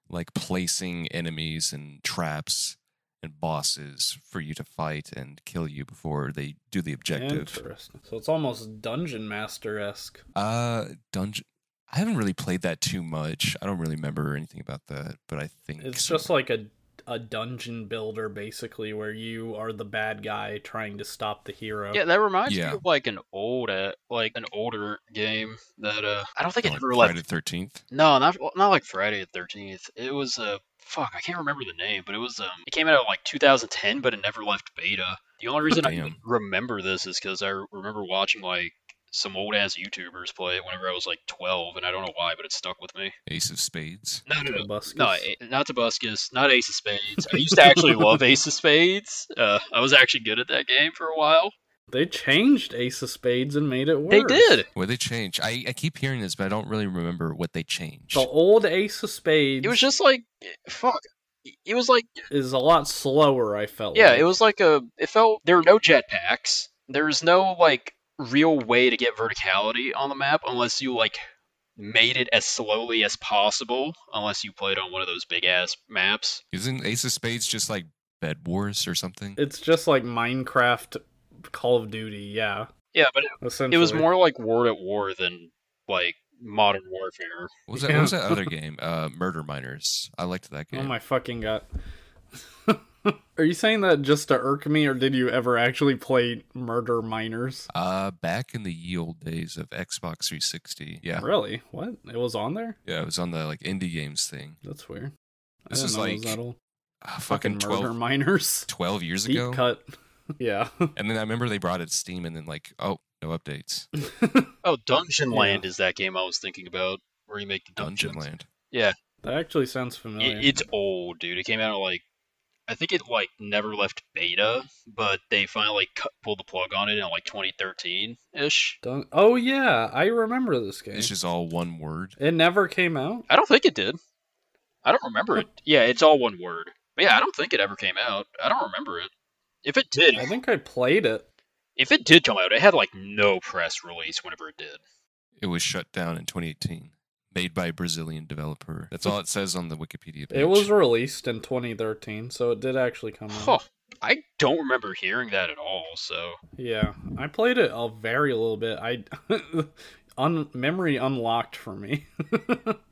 [SPEAKER 3] like placing enemies and traps and bosses for you to fight and kill you before they do the objective.
[SPEAKER 1] Interesting. So it's almost dungeon master esque.
[SPEAKER 3] Uh dungeon I haven't really played that too much. I don't really remember anything about that, but I think
[SPEAKER 1] It's just like a a dungeon builder basically where you are the bad guy trying to stop the hero.
[SPEAKER 2] Yeah, that reminds
[SPEAKER 3] Yeah.
[SPEAKER 2] me of like an old, uh, like an older game that uh, I don't think it
[SPEAKER 3] like
[SPEAKER 2] ever
[SPEAKER 3] Friday
[SPEAKER 2] left.
[SPEAKER 3] the Thirteenth.
[SPEAKER 2] No, not well, not like Friday the Thirteenth. It was uh, fuck, I can't remember the name, but it was um, it came out in like 2010, but it never left beta. The only reason I
[SPEAKER 3] Damn.
[SPEAKER 2] even remember this is because I remember watching like some old ass YouTubers play it whenever I was like 12, and I don't know why, but it stuck with me.
[SPEAKER 3] Ace of Spades.
[SPEAKER 2] No, no, no.
[SPEAKER 1] Hibiscus.
[SPEAKER 2] No, A- not Tobuscus, not Ace of Spades. I used to actually love Ace of Spades. Uh, I was actually good at that game for a while.
[SPEAKER 1] they changed Ace of Spades and made it worse.
[SPEAKER 2] They did.
[SPEAKER 3] Where they change. I, I keep hearing this, but I don't really remember what they changed.
[SPEAKER 1] The old Ace of Spades
[SPEAKER 2] It was just like, eh, fuck. It was like,
[SPEAKER 1] is a lot slower. I felt.
[SPEAKER 2] yeah,
[SPEAKER 1] like.
[SPEAKER 2] it was like a. It felt there were no jetpacks. There was no like real way to get verticality on the map unless you like made it as slowly as possible. Unless you played on one of those big ass maps.
[SPEAKER 3] Isn't Ace of Spades just like Bed Wars or something?
[SPEAKER 1] It's just like Minecraft, Call of Duty. Yeah,
[SPEAKER 2] Yeah, but it,
[SPEAKER 1] essentially.
[SPEAKER 2] it was more like War at War than like Modern Warfare.
[SPEAKER 3] What was that, what was
[SPEAKER 1] Yeah.
[SPEAKER 3] that other game? Uh, Murder Miners. I liked that game.
[SPEAKER 1] Oh my fucking god. Are you saying that just to irk me, or did you ever actually play Murder Miners?
[SPEAKER 3] Uh, back in the ye old days of Xbox 360. Yeah.
[SPEAKER 1] Really? What? It was on there?
[SPEAKER 3] Yeah, it was on the like indie games thing.
[SPEAKER 1] That's weird. I
[SPEAKER 3] This
[SPEAKER 1] didn't
[SPEAKER 3] is
[SPEAKER 1] know it was
[SPEAKER 3] like
[SPEAKER 1] that old.
[SPEAKER 3] Ah,
[SPEAKER 1] fucking
[SPEAKER 3] fucking
[SPEAKER 1] Murder
[SPEAKER 3] 12,
[SPEAKER 1] Miners.
[SPEAKER 3] 12 years
[SPEAKER 1] Deep
[SPEAKER 3] ago.
[SPEAKER 1] cut. yeah.
[SPEAKER 3] And then I remember they brought it to Steam and then like, oh, no updates.
[SPEAKER 2] Oh, Dungeon
[SPEAKER 1] Yeah.
[SPEAKER 2] Land is that game I was thinking about, where you make the
[SPEAKER 3] Dungeon
[SPEAKER 2] dungeons.
[SPEAKER 3] Land.
[SPEAKER 1] that actually sounds
[SPEAKER 2] I-
[SPEAKER 1] familiar.
[SPEAKER 2] it's old, dude. It came out like I think it like never left beta, but they finally cut, pulled the plug on it in like 2013 ish.
[SPEAKER 1] Dun- oh yeah, I remember this game.
[SPEAKER 3] It's just all one word.
[SPEAKER 1] It never came out.
[SPEAKER 2] I don't think it did. I don't remember it. Yeah, it's all one word. But yeah, I don't think it ever came out. I don't remember it. If it did,
[SPEAKER 1] I think I played it.
[SPEAKER 2] if it did come out, it had like no press release whenever it did.
[SPEAKER 3] It was shut down in 2018. Made by a Brazilian developer. That's all it says on the Wikipedia page.
[SPEAKER 1] It was released in 2013, so it did actually come out.
[SPEAKER 2] Huh. I don't remember hearing that at all. So
[SPEAKER 1] Yeah, I played it a very little bit. I un memory unlocked for me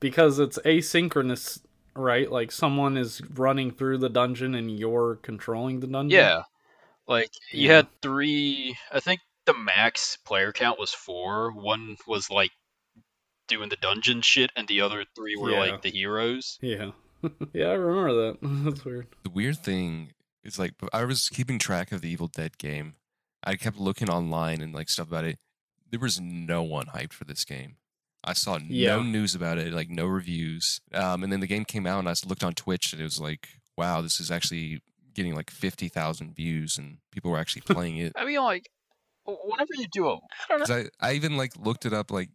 [SPEAKER 1] because it's asynchronous, right? Like someone is running through the dungeon and you're controlling the dungeon.
[SPEAKER 2] Yeah. Like you
[SPEAKER 1] Mm. Yeah.
[SPEAKER 2] had three I think the max player count was four. One was like doing the dungeon shit and the other three were
[SPEAKER 1] Yeah.
[SPEAKER 2] like the heroes.
[SPEAKER 1] yeah, yeah. I remember that. That's weird.
[SPEAKER 3] the weird thing is like I was keeping track of the Evil Dead game. I kept looking online and like stuff about it. There was no one hyped for this game. I saw
[SPEAKER 1] Yeah.
[SPEAKER 3] no news about it, like no reviews. Um, and then the game came out, and I s- looked on Twitch, and it was like, wow, this is actually getting like fifty thousand views, and people were actually playing it.
[SPEAKER 2] I mean like whenever you do a I don't know.
[SPEAKER 3] 'Cause I, I even like looked it up like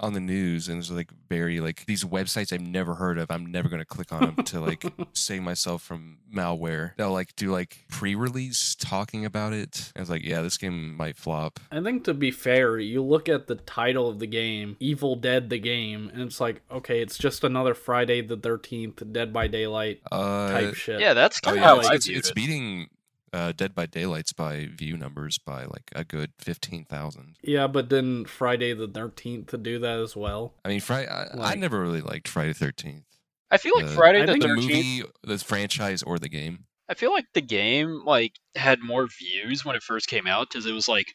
[SPEAKER 3] on the news, and it was like very like these websites I've never heard of. I'm never gonna click on them to like save myself from malware. They'll like do like pre-release talking about it. I was like, yeah, this game might flop.
[SPEAKER 1] I think to be fair, you look at the title of the game, Evil Dead the game, and it's like, okay, it's just another Friday the 13th, Dead by Daylight
[SPEAKER 3] Uh,
[SPEAKER 1] type shit.
[SPEAKER 2] Yeah, that's
[SPEAKER 3] oh
[SPEAKER 2] kind of
[SPEAKER 3] yeah,
[SPEAKER 2] how
[SPEAKER 3] it's,
[SPEAKER 2] I
[SPEAKER 3] it's,
[SPEAKER 2] viewed
[SPEAKER 3] it's
[SPEAKER 2] it.
[SPEAKER 3] beating uh, Dead by Daylight's by view numbers by like a good fifteen thousand.
[SPEAKER 1] Yeah, but didn't Friday the 13th to do that as well?
[SPEAKER 3] I mean, Friday. I, I
[SPEAKER 1] Like-
[SPEAKER 3] never really liked Friday Thirteenth.
[SPEAKER 2] I feel like
[SPEAKER 3] uh,
[SPEAKER 2] Friday
[SPEAKER 1] I
[SPEAKER 2] the
[SPEAKER 1] think-
[SPEAKER 3] The
[SPEAKER 2] 13th
[SPEAKER 3] movie, the franchise, or the game.
[SPEAKER 2] I feel like the game like had more views when it first came out cuz it was like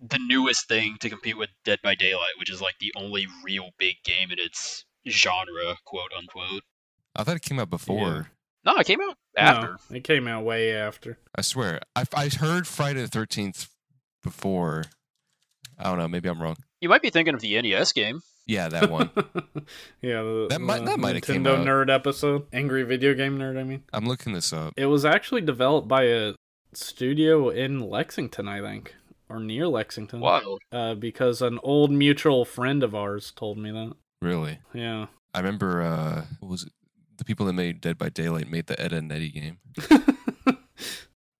[SPEAKER 2] the newest thing to compete with Dead by Daylight, which is like the only real big game in its genre, quote unquote.
[SPEAKER 3] I thought it came out before.
[SPEAKER 2] No, it came out after.
[SPEAKER 1] No, it came out way after.
[SPEAKER 3] I swear, I I heard Friday the Thirteenth before. I don't know. Maybe I'm wrong.
[SPEAKER 2] You might be thinking of the NES game.
[SPEAKER 3] Yeah, that one.
[SPEAKER 1] yeah, the,
[SPEAKER 3] That might-
[SPEAKER 1] the
[SPEAKER 3] that might have came
[SPEAKER 1] Nintendo
[SPEAKER 3] out.
[SPEAKER 1] nerd episode, angry video game nerd. I mean,
[SPEAKER 3] I'm looking this up.
[SPEAKER 1] it was actually developed by a studio in Lexington, I think, or near
[SPEAKER 3] Mm.
[SPEAKER 1] Lexington.
[SPEAKER 2] Wow.
[SPEAKER 1] Uh, because an old mutual friend of ours told me that.
[SPEAKER 3] Really,
[SPEAKER 1] Yeah,
[SPEAKER 3] I remember. uh what Was it? the people that made Dead by Daylight made the Ed and Eddie game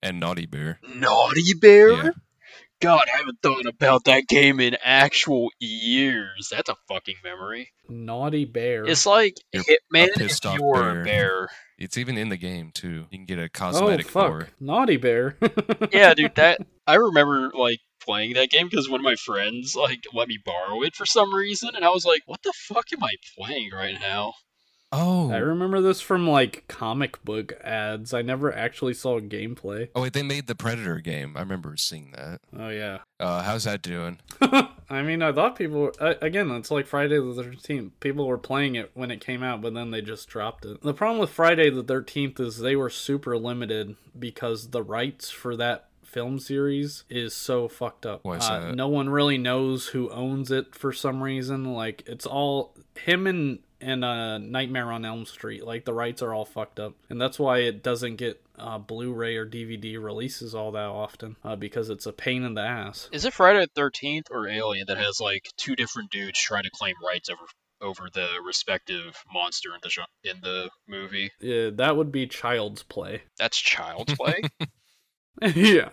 [SPEAKER 3] and Naughty Bear.
[SPEAKER 2] Naughty Bear?
[SPEAKER 3] Yeah.
[SPEAKER 2] God, I haven't thought about that game in actual years. That's a fucking memory.
[SPEAKER 1] Naughty bear.
[SPEAKER 2] It's like
[SPEAKER 3] You're
[SPEAKER 2] Hitman
[SPEAKER 3] a
[SPEAKER 2] if
[SPEAKER 3] pissed off
[SPEAKER 2] you were a
[SPEAKER 3] bear.
[SPEAKER 2] bear.
[SPEAKER 3] It's even in the game too. You can get a
[SPEAKER 1] oh
[SPEAKER 3] cosmetic
[SPEAKER 1] fuck,
[SPEAKER 3] for it.
[SPEAKER 1] naughty bear.
[SPEAKER 2] yeah, dude, that I remember like playing that game because one of my friends like let me borrow it for some reason, and I was like, "What the fuck am I playing right now?"
[SPEAKER 3] Oh,
[SPEAKER 1] I remember this from like comic book ads. I never actually saw gameplay.
[SPEAKER 3] oh wait, they made the Predator game. I remember seeing that.
[SPEAKER 1] Oh yeah.
[SPEAKER 3] Uh, how's that doing?
[SPEAKER 1] I mean, I thought people were, I- again, it's like Friday the 13th. People were playing it when it came out, but then they just dropped it. The problem with Friday the 13th is they were super limited because the rights for that film series is so fucked up.
[SPEAKER 3] Why is
[SPEAKER 1] Uh,
[SPEAKER 3] that?
[SPEAKER 1] No one really knows who owns it for some reason. Like it's all him and and uh, Nightmare on Elm Street. Like the rights are all fucked up, and that's why it doesn't get uh, Blu-ray or DVD releases all that often uh, because it's a pain in the ass.
[SPEAKER 2] Is it Friday the Thirteenth or Alien that has like two different dudes trying to claim rights over over the respective monster in the gen- in the movie?
[SPEAKER 1] Yeah, that would be child's play.
[SPEAKER 2] That's child's play.
[SPEAKER 1] yeah.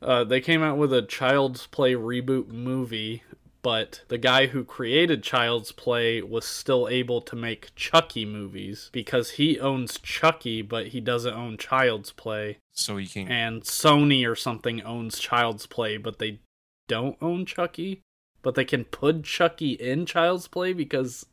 [SPEAKER 1] Uh, they came out with a Child's Play reboot movie, but the guy who created Child's Play was still able to make Chucky movies because he owns Chucky, but he doesn't own Child's Play.
[SPEAKER 3] So you can
[SPEAKER 1] And Sony or something owns Child's Play, but they don't own Chucky. But they can put Chucky in Child's Play because,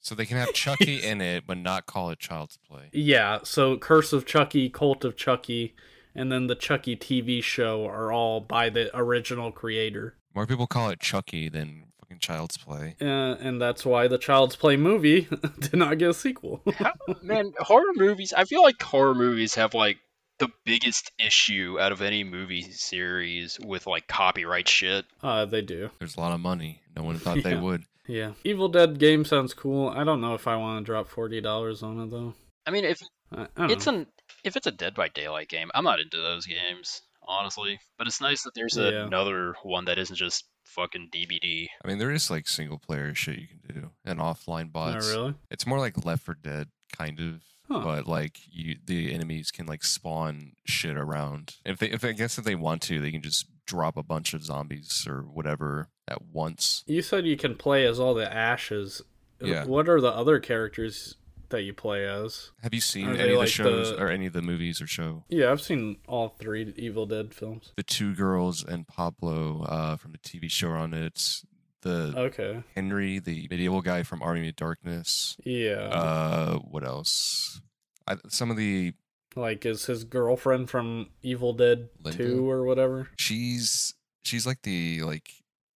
[SPEAKER 3] so they can have Chucky in it, but not call it Child's Play.
[SPEAKER 1] yeah, so Curse of Chucky, Cult of Chucky, and then the Chucky TV show are all by the original creator.
[SPEAKER 3] More people call it Chucky than fucking Child's Play.
[SPEAKER 1] Uh, and that's why the Child's Play movie did not get a sequel.
[SPEAKER 2] How, man, horror movies. I feel like horror movies have like the biggest issue out of any movie series with like copyright shit.
[SPEAKER 1] uh, they do.
[SPEAKER 3] There's a lot of money. No one thought they
[SPEAKER 1] Yeah.
[SPEAKER 3] would.
[SPEAKER 1] Yeah. Evil Dead game sounds cool. I don't know if I want to drop $40 on it, though.
[SPEAKER 2] I mean, if
[SPEAKER 1] I,
[SPEAKER 3] Hmm.
[SPEAKER 1] I don't
[SPEAKER 2] it's
[SPEAKER 1] know.
[SPEAKER 2] an if it's a Dead by Daylight game, I'm not into those games honestly. But it's nice that there's
[SPEAKER 1] Yeah.
[SPEAKER 2] another one that isn't just fucking DVD.
[SPEAKER 3] I mean, there is like single player shit you can do and offline
[SPEAKER 1] Not
[SPEAKER 3] bots.
[SPEAKER 1] Oh, really.
[SPEAKER 3] It's more like Left for Dead kind of,
[SPEAKER 1] Huh.
[SPEAKER 3] but like you, the enemies can like spawn shit around. If they, if I guess if they want to, they can just drop a bunch of zombies or whatever at once.
[SPEAKER 1] You said you can play as all the ashes.
[SPEAKER 3] Yeah.
[SPEAKER 1] What are the other characters that you play as?
[SPEAKER 3] Have you seen
[SPEAKER 1] Are
[SPEAKER 3] any
[SPEAKER 1] they
[SPEAKER 3] of the
[SPEAKER 1] like
[SPEAKER 3] shows
[SPEAKER 1] the-
[SPEAKER 3] or any of the movies or show?
[SPEAKER 1] Yeah, I've seen all three Evil Dead films.
[SPEAKER 3] The two girls and Pablo uh, from the TV show on it. The
[SPEAKER 1] Okay.
[SPEAKER 3] Henry, the medieval guy from Army of Darkness.
[SPEAKER 1] Yeah.
[SPEAKER 2] Mm-hmm.
[SPEAKER 3] Uh, what else? I, some of the
[SPEAKER 1] like, is his girlfriend from Evil Dead
[SPEAKER 3] Linda?
[SPEAKER 1] 2 or whatever?
[SPEAKER 3] she's she's like the like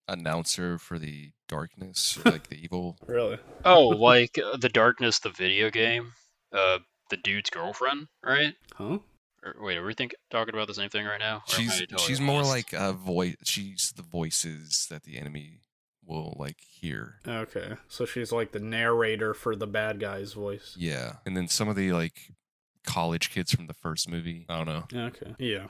[SPEAKER 3] announcer for the darkness, or, like the evil.
[SPEAKER 1] Really?
[SPEAKER 2] Oh, like uh, the Darkness, the video game, uh, the dude's girlfriend, right?
[SPEAKER 1] Huh?
[SPEAKER 2] Or, wait, are we think talking about the same thing right now? Or am I
[SPEAKER 3] She's
[SPEAKER 2] totally
[SPEAKER 3] she's more
[SPEAKER 2] lost?
[SPEAKER 3] like a voice. She's the voices that the enemy will like hear.
[SPEAKER 1] Okay. So she's like the narrator for the bad guy's voice.
[SPEAKER 3] Yeah, and then some of the like college kids from the first movie. I don't know.
[SPEAKER 1] Okay. Yeah.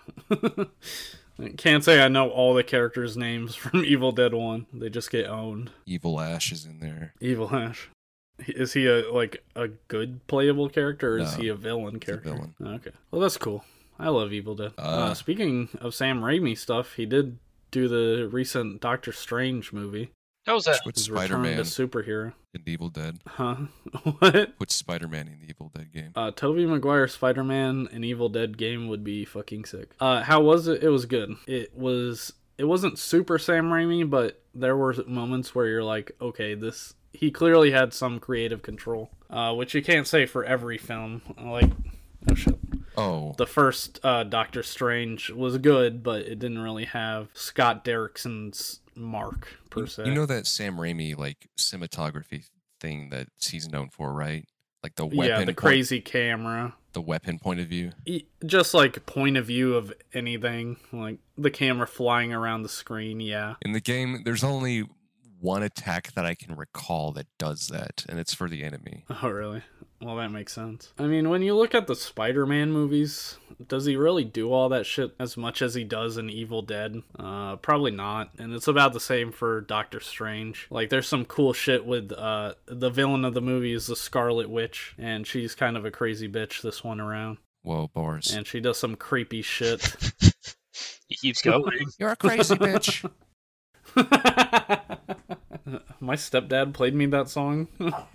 [SPEAKER 1] Can't say I know all the characters' names from Evil Dead 1. They just get owned.
[SPEAKER 3] Evil Ash is in there.
[SPEAKER 1] Evil Ash. Is he a like a good playable character or is
[SPEAKER 3] No,
[SPEAKER 1] he a villain
[SPEAKER 3] a
[SPEAKER 1] character?
[SPEAKER 3] villain.
[SPEAKER 1] Okay. Well, that's cool. I love Evil Dead. Uh,
[SPEAKER 3] Uh.
[SPEAKER 1] speaking of Sam Raimi stuff, he did do the recent Doctor Strange movie.
[SPEAKER 2] How was that?
[SPEAKER 3] Put
[SPEAKER 1] his Return
[SPEAKER 3] Spider Man
[SPEAKER 1] to superhero.
[SPEAKER 3] in the Evil Dead.
[SPEAKER 1] Huh? what?
[SPEAKER 3] Put Spider Man in the Evil Dead game.
[SPEAKER 1] Uh, Toby Maguire Spider Man and Evil Dead game would be fucking sick. Uh, how was it? It was good. It was. It wasn't super Sam Raimi, but there were moments where you're like, okay, this. He clearly had some creative control, uh, which you can't say for every film. Like, oh shit.
[SPEAKER 3] Oh,
[SPEAKER 1] The first uh, Doctor Strange was good, but it didn't really have Scott Derrickson's mark per se.
[SPEAKER 3] You know that Sam Raimi like cinematography thing that he's known for, right? Like the weapon,
[SPEAKER 1] yeah, the
[SPEAKER 3] point-
[SPEAKER 1] crazy camera.
[SPEAKER 3] the weapon point of view.
[SPEAKER 1] E- just like point of view of anything like the camera flying around the screen yeah
[SPEAKER 3] In the game, there's only one attack that I can recall that does that, and it's for the enemy.
[SPEAKER 1] oh really Well, that makes sense. I mean, when you look at the Spider Man movies, does he really do all that shit as much as he does in Evil Dead? Uh, probably not. And it's about the same for Doctor Strange. Like, there's some cool shit with uh, the villain of the movie is the Scarlet Witch, and she's kind of a crazy bitch this one around.
[SPEAKER 3] Whoa, bars.
[SPEAKER 1] And she does some creepy shit.
[SPEAKER 2] He keeps going.
[SPEAKER 3] You're a crazy bitch.
[SPEAKER 1] My stepdad played me that song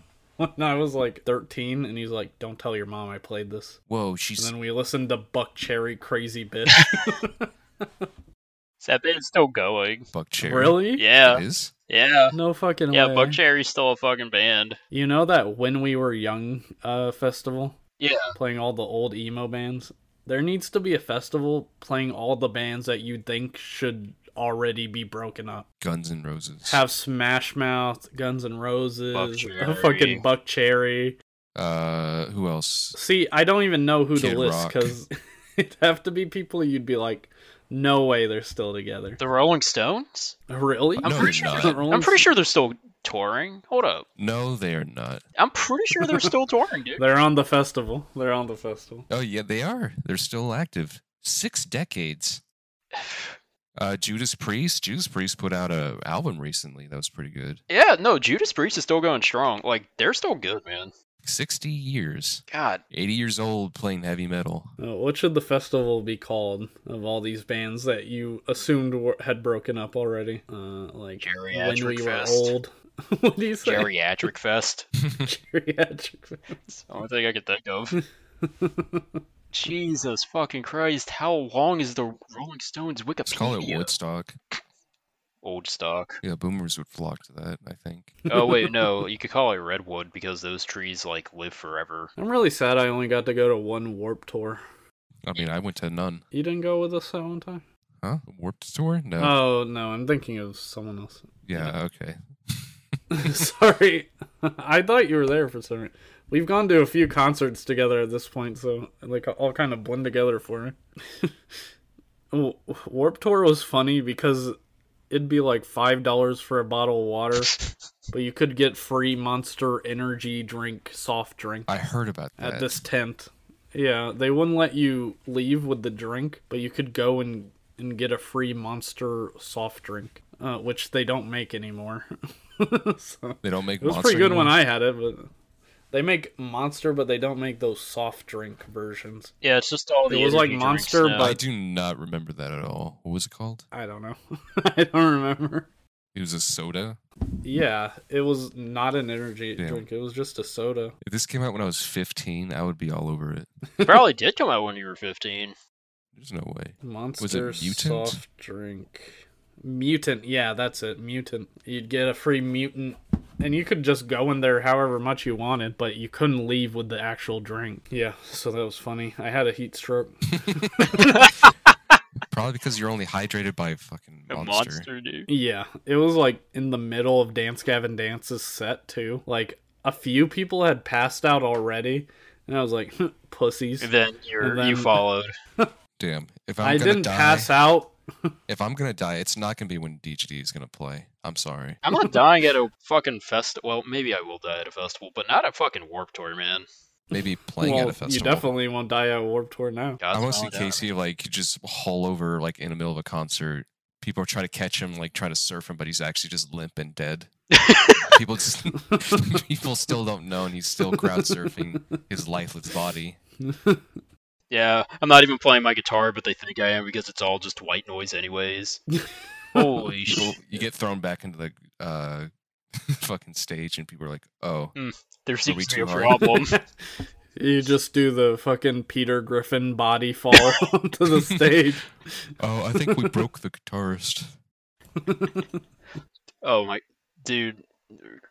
[SPEAKER 1] when I was like 13, and he's like, "Don't tell your mom I played this."
[SPEAKER 3] Whoa,
[SPEAKER 1] And
[SPEAKER 3] she's
[SPEAKER 1] then we listened to Buck Cherry "Crazy Bitch."
[SPEAKER 2] Is that bit still going?
[SPEAKER 3] Buck Cherry.
[SPEAKER 1] really?
[SPEAKER 2] Yeah,
[SPEAKER 3] It is?
[SPEAKER 2] yeah,
[SPEAKER 1] No fucking
[SPEAKER 2] yeah.
[SPEAKER 1] way.
[SPEAKER 2] Buck Cherry's still a fucking band.
[SPEAKER 1] You know that when we were young uh, festival?
[SPEAKER 2] Yeah.
[SPEAKER 1] Playing all the old emo bands. There needs to be a festival playing all the bands that you think should already be broken up.
[SPEAKER 3] Guns and Roses.
[SPEAKER 1] Have Smash Mouth, Guns N' Roses,
[SPEAKER 2] Buck
[SPEAKER 1] a
[SPEAKER 2] Cherry.
[SPEAKER 1] fucking Buck Cherry.
[SPEAKER 3] uh, who else?
[SPEAKER 1] See, I don't even know who
[SPEAKER 3] Kid
[SPEAKER 1] to list
[SPEAKER 3] Rock.
[SPEAKER 1] because it'd have to be people you'd be like, no way they're still together.
[SPEAKER 2] The Rolling Stones?
[SPEAKER 1] Really?
[SPEAKER 3] I'm No, pretty they're sure- not.
[SPEAKER 2] I'm pretty sure they're still touring. Hold up.
[SPEAKER 3] No, they are not.
[SPEAKER 2] I'm pretty sure they're still touring, dude.
[SPEAKER 1] They're on the festival. They're on the festival.
[SPEAKER 3] Oh yeah, they are. They're still active. Six decades. Uh, Judas Priest. Judas Priest put out a album recently that was pretty good.
[SPEAKER 2] Yeah, no, Judas Priest is still going strong. Like they're still good, man.
[SPEAKER 3] Sixty years.
[SPEAKER 2] God,
[SPEAKER 3] Eighty years old playing heavy metal.
[SPEAKER 1] Uh, what should the festival be called of all these bands that you assumed were, had broken up already? Uh, like when
[SPEAKER 2] Geriatric
[SPEAKER 1] we
[SPEAKER 2] Fest.
[SPEAKER 1] were old. what do you say?
[SPEAKER 2] geriatric fest.
[SPEAKER 1] Geriatric Fest.
[SPEAKER 2] It's the only thing I could think of. Jesus fucking Christ! How long is the Rolling Stones Wikipedia?
[SPEAKER 3] Let's call it Woodstock.
[SPEAKER 2] Old stock.
[SPEAKER 3] Yeah, boomers would flock to that. I think.
[SPEAKER 2] Oh wait, no, you could call it redwood because those trees like live forever.
[SPEAKER 1] I'm really sad I only got to go to one Warp Tour.
[SPEAKER 3] I mean, I went to none.
[SPEAKER 1] You didn't go with us that one time?
[SPEAKER 3] Huh? Warped Tour? No.
[SPEAKER 1] Oh, no, I'm thinking of someone else.
[SPEAKER 3] yeah. Okay.
[SPEAKER 1] Sorry. I thought you were there for some reason. We've gone to a few concerts together at this point, so like all kind of blend together for me. W- Warp Tour was funny because it'd be like five dollars for a bottle of water, but you could get free Monster Energy drink, soft drink
[SPEAKER 3] I heard about that.
[SPEAKER 1] at this tent. Yeah, they wouldn't let you leave with the drink, but you could go and and get a free Monster soft drink, uh, which they don't make anymore. so.
[SPEAKER 3] they don't make.
[SPEAKER 1] It was
[SPEAKER 3] Monster
[SPEAKER 1] pretty good when
[SPEAKER 3] anymore?
[SPEAKER 1] I had it, but they make Monster, but they don't make those soft drink versions.
[SPEAKER 2] Yeah, it's just all the.
[SPEAKER 1] It was like
[SPEAKER 2] energy drinks
[SPEAKER 1] Monster,
[SPEAKER 2] now.
[SPEAKER 1] but-
[SPEAKER 3] I do not remember that at all. What was it called?
[SPEAKER 1] I don't know. I don't remember.
[SPEAKER 3] It was a soda.
[SPEAKER 1] Yeah, it was not an energy
[SPEAKER 3] Yeah.
[SPEAKER 1] drink. It was just a soda.
[SPEAKER 3] If this came out when I was 15, I would be all over it.
[SPEAKER 2] It probably did come out when you were 15.
[SPEAKER 3] There's no way.
[SPEAKER 1] Monster
[SPEAKER 3] Mutant?
[SPEAKER 1] soft drink. Mutant. Yeah, that's it. Mutant. You'd get a free mutant. And you could just go in there however much you wanted, but you couldn't leave with the actual drink. Yeah, so that was funny. I had a heat stroke.
[SPEAKER 3] Probably because you're only hydrated by a fucking
[SPEAKER 2] A
[SPEAKER 3] monster.
[SPEAKER 2] monster, dude.
[SPEAKER 1] Yeah, it was like in the middle of Dance Gavin Dance's set too. Like a few people had passed out already, and I was like, pussies.
[SPEAKER 2] And then you
[SPEAKER 1] And
[SPEAKER 2] you
[SPEAKER 1] then-
[SPEAKER 2] followed.
[SPEAKER 3] Damn. If I'm
[SPEAKER 1] I
[SPEAKER 3] gonna
[SPEAKER 1] didn't
[SPEAKER 3] die,
[SPEAKER 1] pass out.
[SPEAKER 3] if I'm gonna die, it's not gonna be when DGD is gonna play. I'm sorry.
[SPEAKER 2] I'm not dying at a fucking festival. Well, maybe I will die at a festival, but not at fucking Warp Tour, man.
[SPEAKER 3] Maybe playing
[SPEAKER 1] well,
[SPEAKER 3] at a festival.
[SPEAKER 1] you definitely won't die at Warp Tour now.
[SPEAKER 2] God,
[SPEAKER 3] I want to see
[SPEAKER 2] no doubt.
[SPEAKER 3] Casey like just haul over like in the middle of a concert. People are trying to catch him, like trying to surf him, but he's actually just limp and dead. people just people still don't know, and he's still crowd surfing his lifeless body.
[SPEAKER 2] Yeah, I'm not even playing my guitar, but they think I am because it's all just white noise, anyways. Holy
[SPEAKER 3] People,
[SPEAKER 2] shit!
[SPEAKER 3] you get thrown back into the uh, fucking stage, and people are like, "Oh,
[SPEAKER 2] There seems to be
[SPEAKER 3] too
[SPEAKER 2] a
[SPEAKER 3] hard?
[SPEAKER 2] problem.
[SPEAKER 1] You just do the fucking Peter Griffin body fall to the stage.
[SPEAKER 3] oh, I think we broke the guitarist."
[SPEAKER 2] oh my, dude!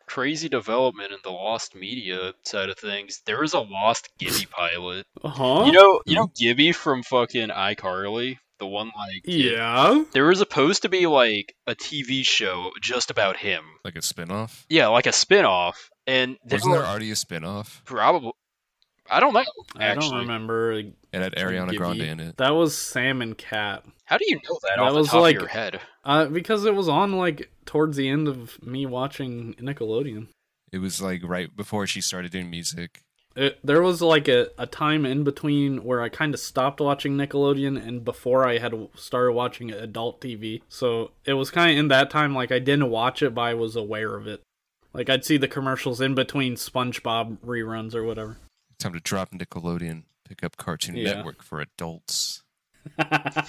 [SPEAKER 2] Crazy development in the lost media side of things. There is a lost Gibby pilot.
[SPEAKER 1] Huh?
[SPEAKER 2] You know, you know Gibby from fucking iCarly, the one like
[SPEAKER 1] yeah.
[SPEAKER 2] There was supposed to be like a TV show just about him.
[SPEAKER 3] Like a spinoff?
[SPEAKER 2] Yeah, like a spin-off. And there
[SPEAKER 3] Wasn't
[SPEAKER 2] were
[SPEAKER 3] there already a spinoff?
[SPEAKER 2] probably I don't know.
[SPEAKER 1] I
[SPEAKER 2] Actually,
[SPEAKER 1] don't remember.
[SPEAKER 3] It had Ariana
[SPEAKER 1] Gibby.
[SPEAKER 3] Grande in it.
[SPEAKER 1] That was Sam and Cat.
[SPEAKER 2] How do you know that,
[SPEAKER 1] That
[SPEAKER 2] off
[SPEAKER 1] was
[SPEAKER 2] the top
[SPEAKER 1] like-
[SPEAKER 2] of your head?
[SPEAKER 1] Uh, because it was on like towards the end of me watching Nickelodeon.
[SPEAKER 3] It was like right before she started doing music.
[SPEAKER 1] It, there was like a, a time in between where I kind of stopped watching Nickelodeon and before I had w- started watching adult TV. So it was kind of in that time, like I didn't watch it, but I was aware of it. Like I'd see the commercials in between SpongeBob reruns or whatever.
[SPEAKER 3] Time to drop Nickelodeon, pick up Cartoon
[SPEAKER 1] Yeah.
[SPEAKER 3] Network for adults.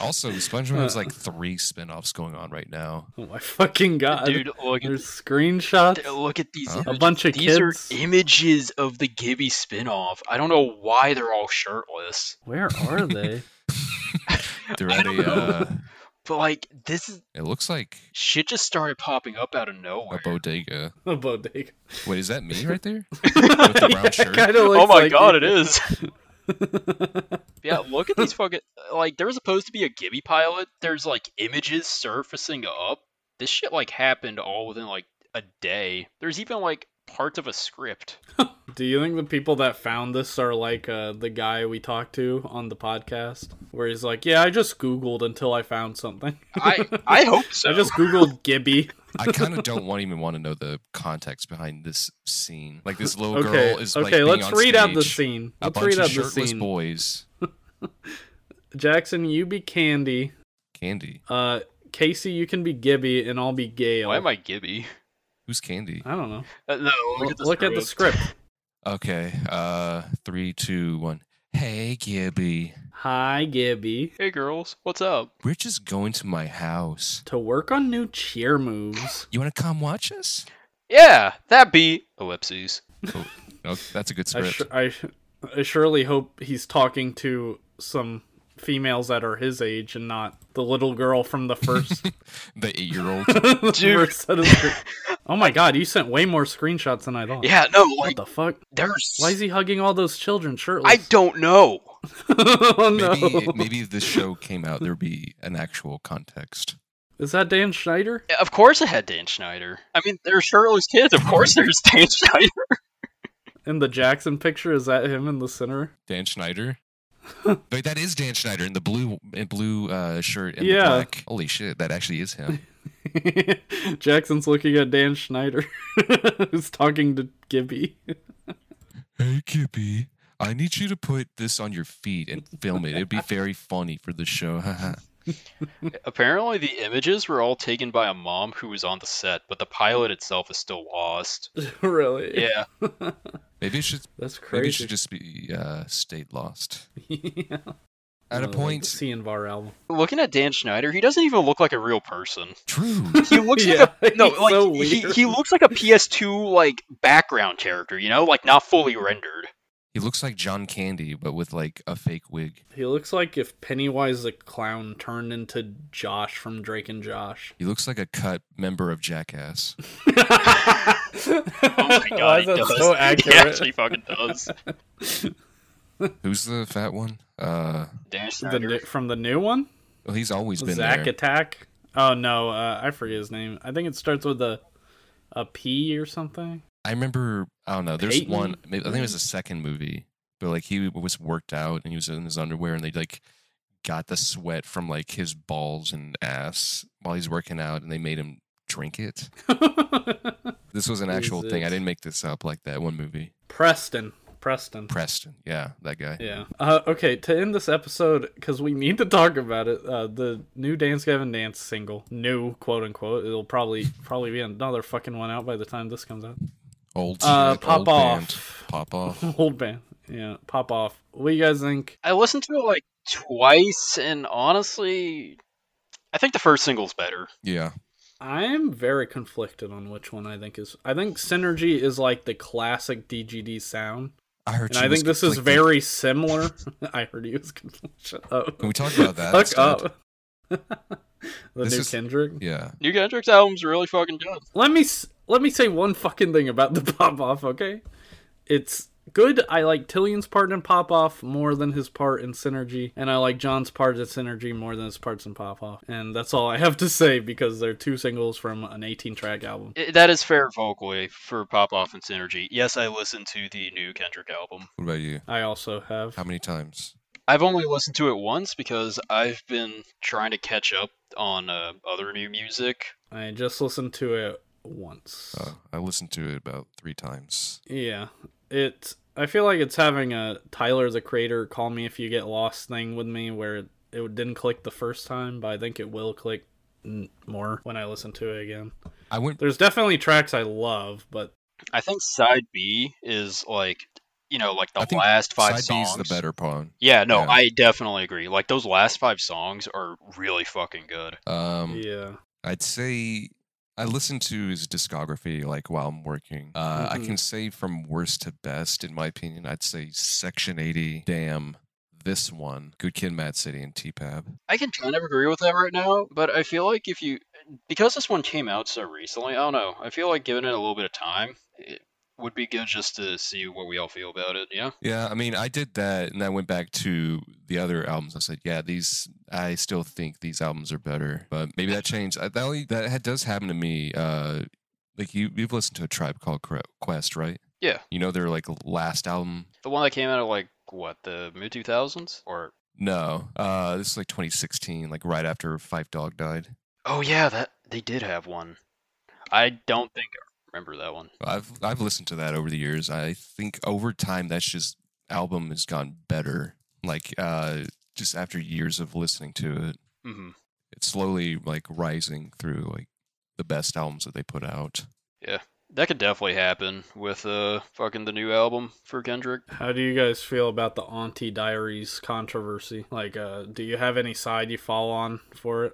[SPEAKER 3] Also, SpongeBob has like three spin-offs going on right now.
[SPEAKER 1] oh my fucking god.
[SPEAKER 2] Dude, look at
[SPEAKER 1] There's screenshots.
[SPEAKER 2] Th- Look at these.
[SPEAKER 3] Huh?
[SPEAKER 1] A
[SPEAKER 2] images.
[SPEAKER 1] bunch of
[SPEAKER 2] these
[SPEAKER 1] kids.
[SPEAKER 2] are images of the Gibby spinoff. I don't know why they're all shirtless,
[SPEAKER 1] Where are they?
[SPEAKER 3] They're
[SPEAKER 2] I
[SPEAKER 3] at
[SPEAKER 2] don't
[SPEAKER 3] a. Uh,
[SPEAKER 2] know. but like this is
[SPEAKER 3] it looks like
[SPEAKER 2] shit just started popping up out of
[SPEAKER 3] a
[SPEAKER 2] nowhere.
[SPEAKER 3] bodega.
[SPEAKER 1] A bodega.
[SPEAKER 3] Wait, is that me right there? With the brown shirt?
[SPEAKER 2] Oh my god, it is. yeah, look at these fucking like there was supposed to be a Gibby pilot. There's like images surfacing up. This shit like happened all within like a day. There's even like parts of a script.
[SPEAKER 1] Do you think the people that found this are like uh, the guy we talked to on the podcast, where he's like, "Yeah, I just Googled until I found something.
[SPEAKER 2] I I hope so.
[SPEAKER 1] I just Googled Gibby."
[SPEAKER 3] I kind of don't want even want to know the context behind this scene. Like this little
[SPEAKER 1] okay,
[SPEAKER 3] girl is like
[SPEAKER 1] okay.
[SPEAKER 3] being
[SPEAKER 1] let's
[SPEAKER 3] on
[SPEAKER 1] read out the
[SPEAKER 3] stage.
[SPEAKER 1] scene.
[SPEAKER 3] A
[SPEAKER 1] Let's
[SPEAKER 3] bunch
[SPEAKER 1] read
[SPEAKER 3] of
[SPEAKER 1] out the
[SPEAKER 3] shirtless
[SPEAKER 1] scene.
[SPEAKER 3] boys.
[SPEAKER 1] Jackson, you be Candy.
[SPEAKER 3] Candy.
[SPEAKER 1] Uh, Casey, you can be Gibby, and I'll be Gail.
[SPEAKER 2] Why am I Gibby?
[SPEAKER 3] Who's Candy?
[SPEAKER 1] I don't know.
[SPEAKER 2] Uh, no, look,
[SPEAKER 1] Look,
[SPEAKER 2] at the
[SPEAKER 1] at the
[SPEAKER 2] script.
[SPEAKER 1] script.
[SPEAKER 3] Okay. Uh, three, two, one. Hey, Gibby.
[SPEAKER 1] Hi, Gibby.
[SPEAKER 2] Hey girls, what's up?
[SPEAKER 3] We're just going to my house.
[SPEAKER 1] To work on new cheer moves.
[SPEAKER 3] You want to come watch us?
[SPEAKER 2] Yeah, that be ellipses.
[SPEAKER 3] Oh, oh, that's a good
[SPEAKER 1] I,
[SPEAKER 3] script.
[SPEAKER 1] su- I, su- I surely hope he's talking to some females that are his age and not the little girl from the first,
[SPEAKER 3] The eight-year-old.
[SPEAKER 1] first set of screen- Oh my god, you sent way more screenshots than I thought.
[SPEAKER 2] Yeah, no,
[SPEAKER 1] What
[SPEAKER 2] like
[SPEAKER 1] the fuck?
[SPEAKER 2] there's.
[SPEAKER 1] Why is he hugging all those children shirtless?
[SPEAKER 2] I don't know.
[SPEAKER 1] oh no.
[SPEAKER 3] maybe maybe if this show came out, there'd be an actual context.
[SPEAKER 1] Is that Dan Schneider?
[SPEAKER 2] Of course, I had Dan Schneider. I mean, they're Shirtless kids. Of course, there's Dan Schneider.
[SPEAKER 1] In the Jackson picture, is that him in the center?
[SPEAKER 3] Dan Schneider. Wait, that is Dan Schneider in the blue in blue uh, shirt and
[SPEAKER 1] Yeah.
[SPEAKER 3] the black. Holy shit, that actually is him.
[SPEAKER 1] Jackson's looking at Dan Schneider, who's talking to Gibby.
[SPEAKER 3] Hey, Kippy, I need you to put this on your feet and film it. It'd be very funny for the show.
[SPEAKER 2] Apparently, the images were all taken by a mom who was on the set, but the pilot itself is still lost.
[SPEAKER 1] really?
[SPEAKER 2] Yeah.
[SPEAKER 3] maybe it should.
[SPEAKER 1] That's
[SPEAKER 3] Maybe it
[SPEAKER 1] crazy.
[SPEAKER 3] should just be uh, state lost.
[SPEAKER 1] yeah.
[SPEAKER 3] At a point,
[SPEAKER 1] C and Var album.
[SPEAKER 2] Looking at Dan Schneider, he doesn't even look like a real person.
[SPEAKER 3] true.
[SPEAKER 2] He looks
[SPEAKER 1] Yeah,
[SPEAKER 2] like a no,
[SPEAKER 1] he's
[SPEAKER 2] like
[SPEAKER 1] so
[SPEAKER 2] he,
[SPEAKER 1] weird.
[SPEAKER 2] he looks like a PS2 like background character, you know, like not fully rendered.
[SPEAKER 3] He looks like John Candy, but with like a fake wig.
[SPEAKER 1] He looks like if Pennywise the clown turned into Josh from Drake and Josh.
[SPEAKER 3] He looks like a cut member of Jackass.
[SPEAKER 1] oh my
[SPEAKER 2] Oh God, he does.
[SPEAKER 1] Oh, so
[SPEAKER 2] He
[SPEAKER 1] accurate?
[SPEAKER 2] actually fucking does.
[SPEAKER 3] Who's the fat one? Uh,
[SPEAKER 2] Dan
[SPEAKER 1] The
[SPEAKER 2] Schneider.
[SPEAKER 1] new, from the new one,
[SPEAKER 3] well, he's always been
[SPEAKER 1] Zack
[SPEAKER 3] there.
[SPEAKER 1] Attack. Oh no, uh, I forget his name. I think it starts with a a P or something.
[SPEAKER 3] I remember. I don't know. There's
[SPEAKER 1] Peyton?
[SPEAKER 3] one. Maybe, I think it was the second movie, but like he was worked out and he was in his underwear, and they like got the sweat from like his balls and ass while he's working out, and they made him drink it. This was an actual thing. I
[SPEAKER 1] Jesus.
[SPEAKER 3] didn't make this up. Like that one movie,
[SPEAKER 1] Preston. Preston.
[SPEAKER 3] Preston. Yeah, that guy.
[SPEAKER 1] Yeah. Uh, okay, to end this episode, because we need to talk about it, uh, the new Dance Gavin Dance single, new quote unquote, it'll probably probably be another fucking one out by the time this comes out.
[SPEAKER 3] Old
[SPEAKER 1] Uh,
[SPEAKER 3] shit,
[SPEAKER 1] pop
[SPEAKER 3] old band.
[SPEAKER 1] off,
[SPEAKER 3] Pop off.
[SPEAKER 1] old band. Yeah, pop off. What do you guys think?
[SPEAKER 2] I listened to it like twice, and honestly, I think the first single's better.
[SPEAKER 3] Yeah,
[SPEAKER 1] I'm very conflicted on which one I think is. I think Synergy is like the classic DGD sound,
[SPEAKER 3] I heard.
[SPEAKER 1] and
[SPEAKER 3] you
[SPEAKER 1] I
[SPEAKER 3] was
[SPEAKER 1] think this is
[SPEAKER 3] conflicted.
[SPEAKER 1] very similar. I heard you was conflicted. Shut up.
[SPEAKER 3] Can we talk about that?
[SPEAKER 1] Fuck
[SPEAKER 3] instead?
[SPEAKER 1] up. the
[SPEAKER 3] This
[SPEAKER 1] new
[SPEAKER 3] is-
[SPEAKER 1] Kendrick.
[SPEAKER 3] Yeah.
[SPEAKER 2] New Kendrick's album's really fucking good.
[SPEAKER 1] let me s- let me say one fucking thing about the pop off okay it's good i like tillion's part in pop off more than his part in synergy and i like john's part in synergy more than his parts in pop off and that's all i have to say because they're two singles from an 18 track album
[SPEAKER 2] I- that is fair vocally for Pop Off and Synergy. Yes, I listened to the new Kendrick album.
[SPEAKER 3] What about you?
[SPEAKER 1] i also have
[SPEAKER 3] How many times?
[SPEAKER 2] I've only listened to it once because I've been trying to catch up on uh, other new music.
[SPEAKER 1] i just listened to it once
[SPEAKER 3] Uh, I listened to it about three times.
[SPEAKER 1] yeah it I feel like it's having a Tyler the Creator call me if you get lost thing with me where it, it didn't click the first time, but I think it will click n- more when I listen to it again.
[SPEAKER 3] I went
[SPEAKER 1] There's definitely tracks I love, but
[SPEAKER 2] I think side B is like you know like
[SPEAKER 3] I
[SPEAKER 2] the
[SPEAKER 3] think
[SPEAKER 2] last five
[SPEAKER 3] side B
[SPEAKER 2] songs.
[SPEAKER 3] is the better pawn.
[SPEAKER 2] Yeah, no,
[SPEAKER 3] Yeah.
[SPEAKER 2] I definitely agree. Like those last five songs are really fucking good.
[SPEAKER 3] Um,
[SPEAKER 1] yeah.
[SPEAKER 3] I'd say I listen to his discography like while I'm working. Uh, I
[SPEAKER 1] Mhm.
[SPEAKER 3] can say from worst to best, in my opinion, I'd say Section 80, Damn, this one, Good Kid, Mad City, and T-Pab.
[SPEAKER 2] I can kind of agree with that right now, but I feel like if you because this one came out so recently, I don't know. I feel like giving it a little bit of time, it would be good just to see what we all feel about it. Yeah,
[SPEAKER 3] Yeah, I mean, I did that, and I went back to the other albums. I said, "Yeah, these. I still think these albums are better, but maybe that changed. I, that only, that had, does happen to me. Uh, like you, you've listened to a Tribe Called Cre- Quest, right?
[SPEAKER 2] Yeah.
[SPEAKER 3] You know their like last album.
[SPEAKER 2] the one that came out of like what the mid two thousands or
[SPEAKER 3] No, uh, this is like 2016, like right after Five Dog died.
[SPEAKER 2] oh yeah, that they did have one. I don't think I remember that one.
[SPEAKER 3] I've I've listened to that over the years. I think over time that's just album has gotten better. Like uh just after years of listening to it,
[SPEAKER 2] hmm
[SPEAKER 3] it's slowly like rising through like the best albums that they put out.
[SPEAKER 2] That could definitely happen with uh fucking the new album for Kendrick.
[SPEAKER 1] How do you guys feel about the Auntie Diaries controversy? Like, uh, do you have any side you fall on for it?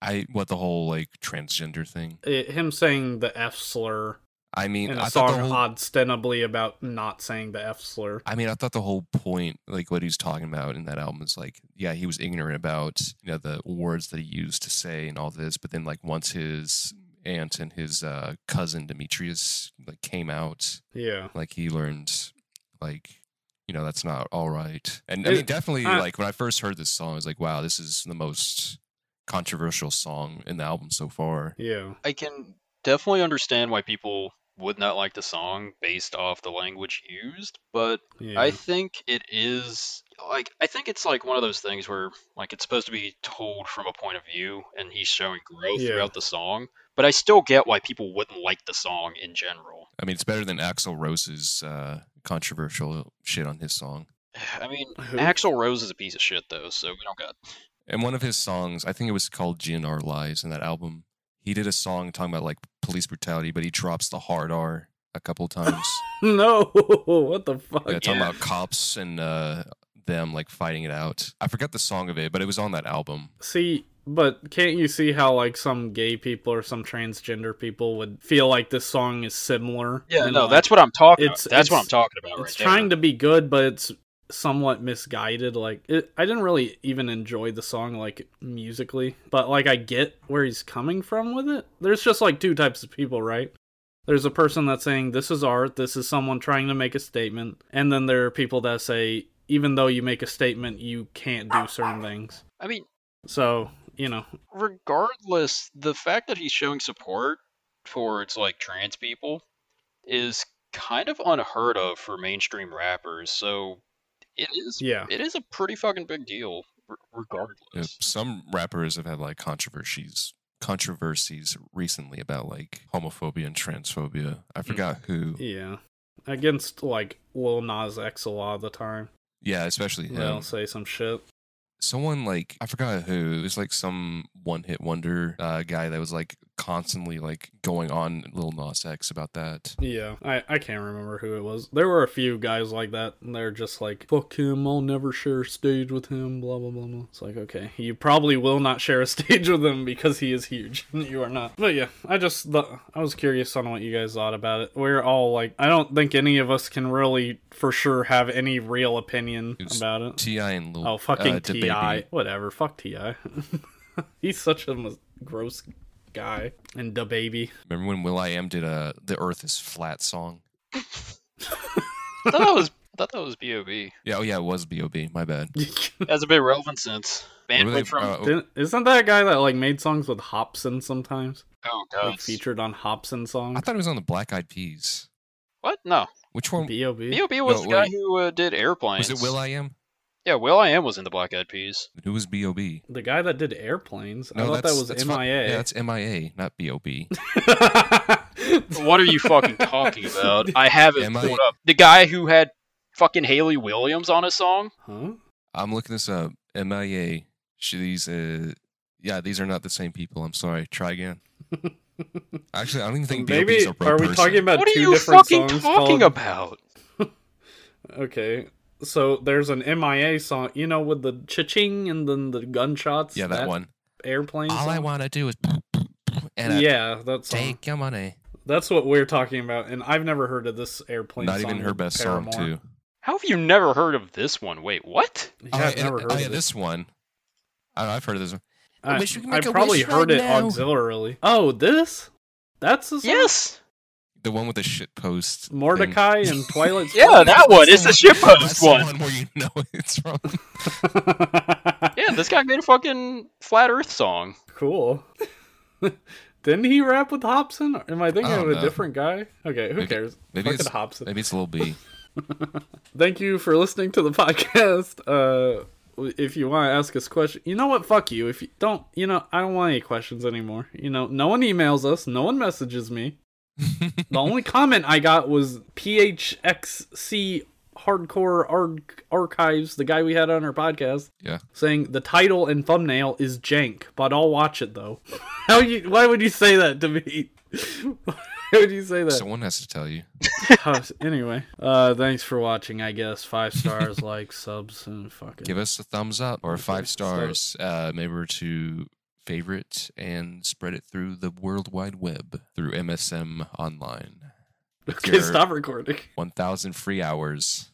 [SPEAKER 3] I what the whole like transgender thing.
[SPEAKER 1] it him saying the F slur
[SPEAKER 3] I mean,
[SPEAKER 1] in a
[SPEAKER 3] I thought
[SPEAKER 1] song
[SPEAKER 3] the whole,
[SPEAKER 1] ostensibly about not saying the F slur.
[SPEAKER 3] I mean, I thought the whole point, like what he was talking about in that album, is like, yeah, he was ignorant about you know the words that he used to say and all this, but then like once his aunt and his uh, cousin Demetrius like came out,
[SPEAKER 1] Yeah.
[SPEAKER 3] like he learned, like you know that's not all right. And I
[SPEAKER 1] It-
[SPEAKER 3] mean, definitely,
[SPEAKER 1] I-
[SPEAKER 3] like when I first heard this song, I was like, wow, this is the most controversial song in the album so far.
[SPEAKER 1] Yeah.
[SPEAKER 2] I can definitely understand why people would not like the song based off the language used, but
[SPEAKER 1] Yeah.
[SPEAKER 2] I think it is like I think it's like one of those things where like it's supposed to be told from a point of view and he's showing growth
[SPEAKER 1] Yeah.
[SPEAKER 2] throughout the song, but I still get why people wouldn't like the song in general.
[SPEAKER 3] I mean, it's better than Axl Rose's uh, controversial shit on his song.
[SPEAKER 2] I mean,
[SPEAKER 1] Who-
[SPEAKER 2] Axl Rose is a piece of shit though, so we don't got
[SPEAKER 3] And one of his songs, I think it was called GNR Lies in that album. He did a song talking about like police brutality, but he drops the hard R a couple times.
[SPEAKER 1] no. what the fuck?
[SPEAKER 3] yeah, talking
[SPEAKER 2] yeah.
[SPEAKER 3] about cops and uh, them like fighting it out. I forgot the song of it, but it was on that album.
[SPEAKER 1] See, but can't you see how like some gay people or some transgender people would feel like this song is similar?
[SPEAKER 2] Yeah,
[SPEAKER 1] And,
[SPEAKER 2] no,
[SPEAKER 1] like,
[SPEAKER 2] that's what I'm talking
[SPEAKER 1] it's-
[SPEAKER 2] about. That's what I'm
[SPEAKER 1] it's-
[SPEAKER 2] talking about right
[SPEAKER 1] it's
[SPEAKER 2] there.
[SPEAKER 1] trying to be good, but it's somewhat misguided. Like it, I didn't really even enjoy the song like musically, but like I get where he's coming from with it. There's just like two types of people, right? There's a person that's saying this is art, this is someone trying to make a statement, and then there are people that say even though you make a statement, you can't do certain things.
[SPEAKER 2] I mean,
[SPEAKER 1] So, you know,
[SPEAKER 2] regardless, the fact that he's showing support towards like trans people is kind of unheard of for mainstream rappers. So it is
[SPEAKER 1] yeah.
[SPEAKER 2] it is a pretty fucking big deal r-
[SPEAKER 3] Yeah,
[SPEAKER 2] regardless.
[SPEAKER 3] Some rappers have had like controversies controversies recently about like homophobia and transphobia. I forgot who.
[SPEAKER 1] Mm. Yeah. Against like Lil Nas X a lot of the time.
[SPEAKER 3] Yeah, especially him.
[SPEAKER 1] They'll say some shit.
[SPEAKER 3] someone like I forgot who. It was like some one hit wonder uh, guy that was like constantly like going on Lil Nas X about that.
[SPEAKER 1] Yeah, I, I can't remember who it was. There were a few guys like that, and they're just like, fuck him, I'll never share a stage with him, blah, blah, blah, blah. It's like, okay, you probably will not share a stage with him because he is huge. you are not. But yeah, I just, th- I was curious on what you guys thought about it. We're all like, I don't think any of us can really, for sure, have any real opinion
[SPEAKER 3] Who's
[SPEAKER 1] about it.
[SPEAKER 3] Ti and Lil
[SPEAKER 1] Oh, fucking
[SPEAKER 3] uh,
[SPEAKER 1] Ti.
[SPEAKER 3] DaBaby.
[SPEAKER 1] Whatever. Fuck Ti. He's such a mis- gross guy. And da baby.
[SPEAKER 3] Remember when Will I Am did a "The Earth Is Flat" song?
[SPEAKER 2] I thought that was I thought that was B.O.B.
[SPEAKER 3] Yeah, oh yeah, it was B.O.B. My bad. Oh.
[SPEAKER 2] Has a bit of relevance since band
[SPEAKER 3] Really,
[SPEAKER 2] went from
[SPEAKER 3] uh,
[SPEAKER 1] Didn't, isn't that a guy that like made songs with Hobson sometimes?
[SPEAKER 2] oh
[SPEAKER 1] Like
[SPEAKER 2] god
[SPEAKER 1] featured on Hobson songs.
[SPEAKER 3] I thought it was on the Black Eyed Peas.
[SPEAKER 2] what no
[SPEAKER 3] Which one
[SPEAKER 1] B.O.B.
[SPEAKER 2] B.O.B. was
[SPEAKER 3] No,
[SPEAKER 2] the guy
[SPEAKER 3] wait.
[SPEAKER 2] who uh, did airplanes.
[SPEAKER 3] was it? Will I Am?
[SPEAKER 2] Yeah, Will I Am was in the Black Eyed Peas.
[SPEAKER 3] Who was B.O.B.?
[SPEAKER 1] The guy that did airplanes. I
[SPEAKER 3] No,
[SPEAKER 1] thought that
[SPEAKER 3] that's-
[SPEAKER 1] was
[SPEAKER 3] that's
[SPEAKER 1] MIA.
[SPEAKER 3] fu- Yeah, that's MIA, not B.O.B.
[SPEAKER 2] What are you fucking talking about? I have it
[SPEAKER 3] Am I-
[SPEAKER 2] pulled up. The guy who had fucking Haley Williams on a song?
[SPEAKER 1] Huh?
[SPEAKER 3] I'm looking this up. MIA. She's uh yeah, these are not the same people. I'm sorry. Try again. Actually, I don't even think
[SPEAKER 1] Maybe
[SPEAKER 3] BLB's a real
[SPEAKER 1] are we
[SPEAKER 3] person.
[SPEAKER 1] talking about
[SPEAKER 2] what are
[SPEAKER 1] two
[SPEAKER 2] you
[SPEAKER 1] different
[SPEAKER 2] fucking
[SPEAKER 1] songs
[SPEAKER 2] talking
[SPEAKER 1] called-
[SPEAKER 2] about?
[SPEAKER 1] Okay. So there's an MIA song, you know, with the cha-ching and then the gunshots.
[SPEAKER 3] Yeah, that, one.
[SPEAKER 1] Airplane.
[SPEAKER 3] All I
[SPEAKER 1] song?
[SPEAKER 3] want to do is and I
[SPEAKER 1] yeah, that song.
[SPEAKER 3] take your money.
[SPEAKER 1] That's what we're talking about, and I've never heard of this airplane.
[SPEAKER 3] Not
[SPEAKER 1] song
[SPEAKER 3] even her
[SPEAKER 1] with
[SPEAKER 3] best
[SPEAKER 1] Paramore.
[SPEAKER 3] song too.
[SPEAKER 2] How have you never heard of this one? Wait, what?
[SPEAKER 1] Yeah,
[SPEAKER 3] Oh,
[SPEAKER 1] I've
[SPEAKER 3] yeah,
[SPEAKER 1] never
[SPEAKER 3] oh,
[SPEAKER 1] heard
[SPEAKER 3] yeah,
[SPEAKER 1] of
[SPEAKER 3] this one. I I've heard of this one.
[SPEAKER 1] I,
[SPEAKER 3] I wish we could
[SPEAKER 1] I
[SPEAKER 3] make a
[SPEAKER 1] probably
[SPEAKER 3] wish
[SPEAKER 1] heard
[SPEAKER 3] right
[SPEAKER 1] it
[SPEAKER 3] now.
[SPEAKER 1] auxiliarily. Oh, this? That's the song?
[SPEAKER 2] Yes.
[SPEAKER 3] The one with the shit post. thing.
[SPEAKER 1] Mordecai and Twilight.
[SPEAKER 2] Yeah, that one. It's the
[SPEAKER 3] That's
[SPEAKER 2] shitpost
[SPEAKER 3] the
[SPEAKER 2] one.
[SPEAKER 3] one where you know it's from.
[SPEAKER 1] Sparkle.
[SPEAKER 2] Yeah, this guy made a fucking flat Earth song.
[SPEAKER 1] cool. Didn't he rap with Hobson? Or am I thinking
[SPEAKER 3] I
[SPEAKER 1] of
[SPEAKER 3] don't
[SPEAKER 1] a
[SPEAKER 3] know.
[SPEAKER 1] different guy? Okay, who
[SPEAKER 3] Maybe-
[SPEAKER 1] cares?
[SPEAKER 3] maybe
[SPEAKER 1] Fucking
[SPEAKER 3] it's-
[SPEAKER 1] Hobson.
[SPEAKER 3] Maybe it's a little B.
[SPEAKER 1] Thank you for listening to the podcast. Uh, if you want to ask us questions, you know what? Fuck you. If you don't, you know, I don't want any questions anymore. You know, no one emails us. No one messages me. the only comment I got was PHXC Hardcore Arg- Archives, the guy we had on our podcast.
[SPEAKER 3] Yeah.
[SPEAKER 1] Saying the title and thumbnail is jank, but I'll watch it though. How you? Why would you say that to me? why would you say that?
[SPEAKER 3] Someone has to tell you.
[SPEAKER 1] Huh, anyway, uh, thanks for watching. I guess five stars, like subs, and fucking.
[SPEAKER 3] Give us a thumbs up or five
[SPEAKER 1] so-
[SPEAKER 3] stars. Uh, maybe or to favorite and spread it through the World Wide Web through MSM Online.
[SPEAKER 1] okay,
[SPEAKER 3] your-
[SPEAKER 1] stop recording.
[SPEAKER 3] 1,000 free hours.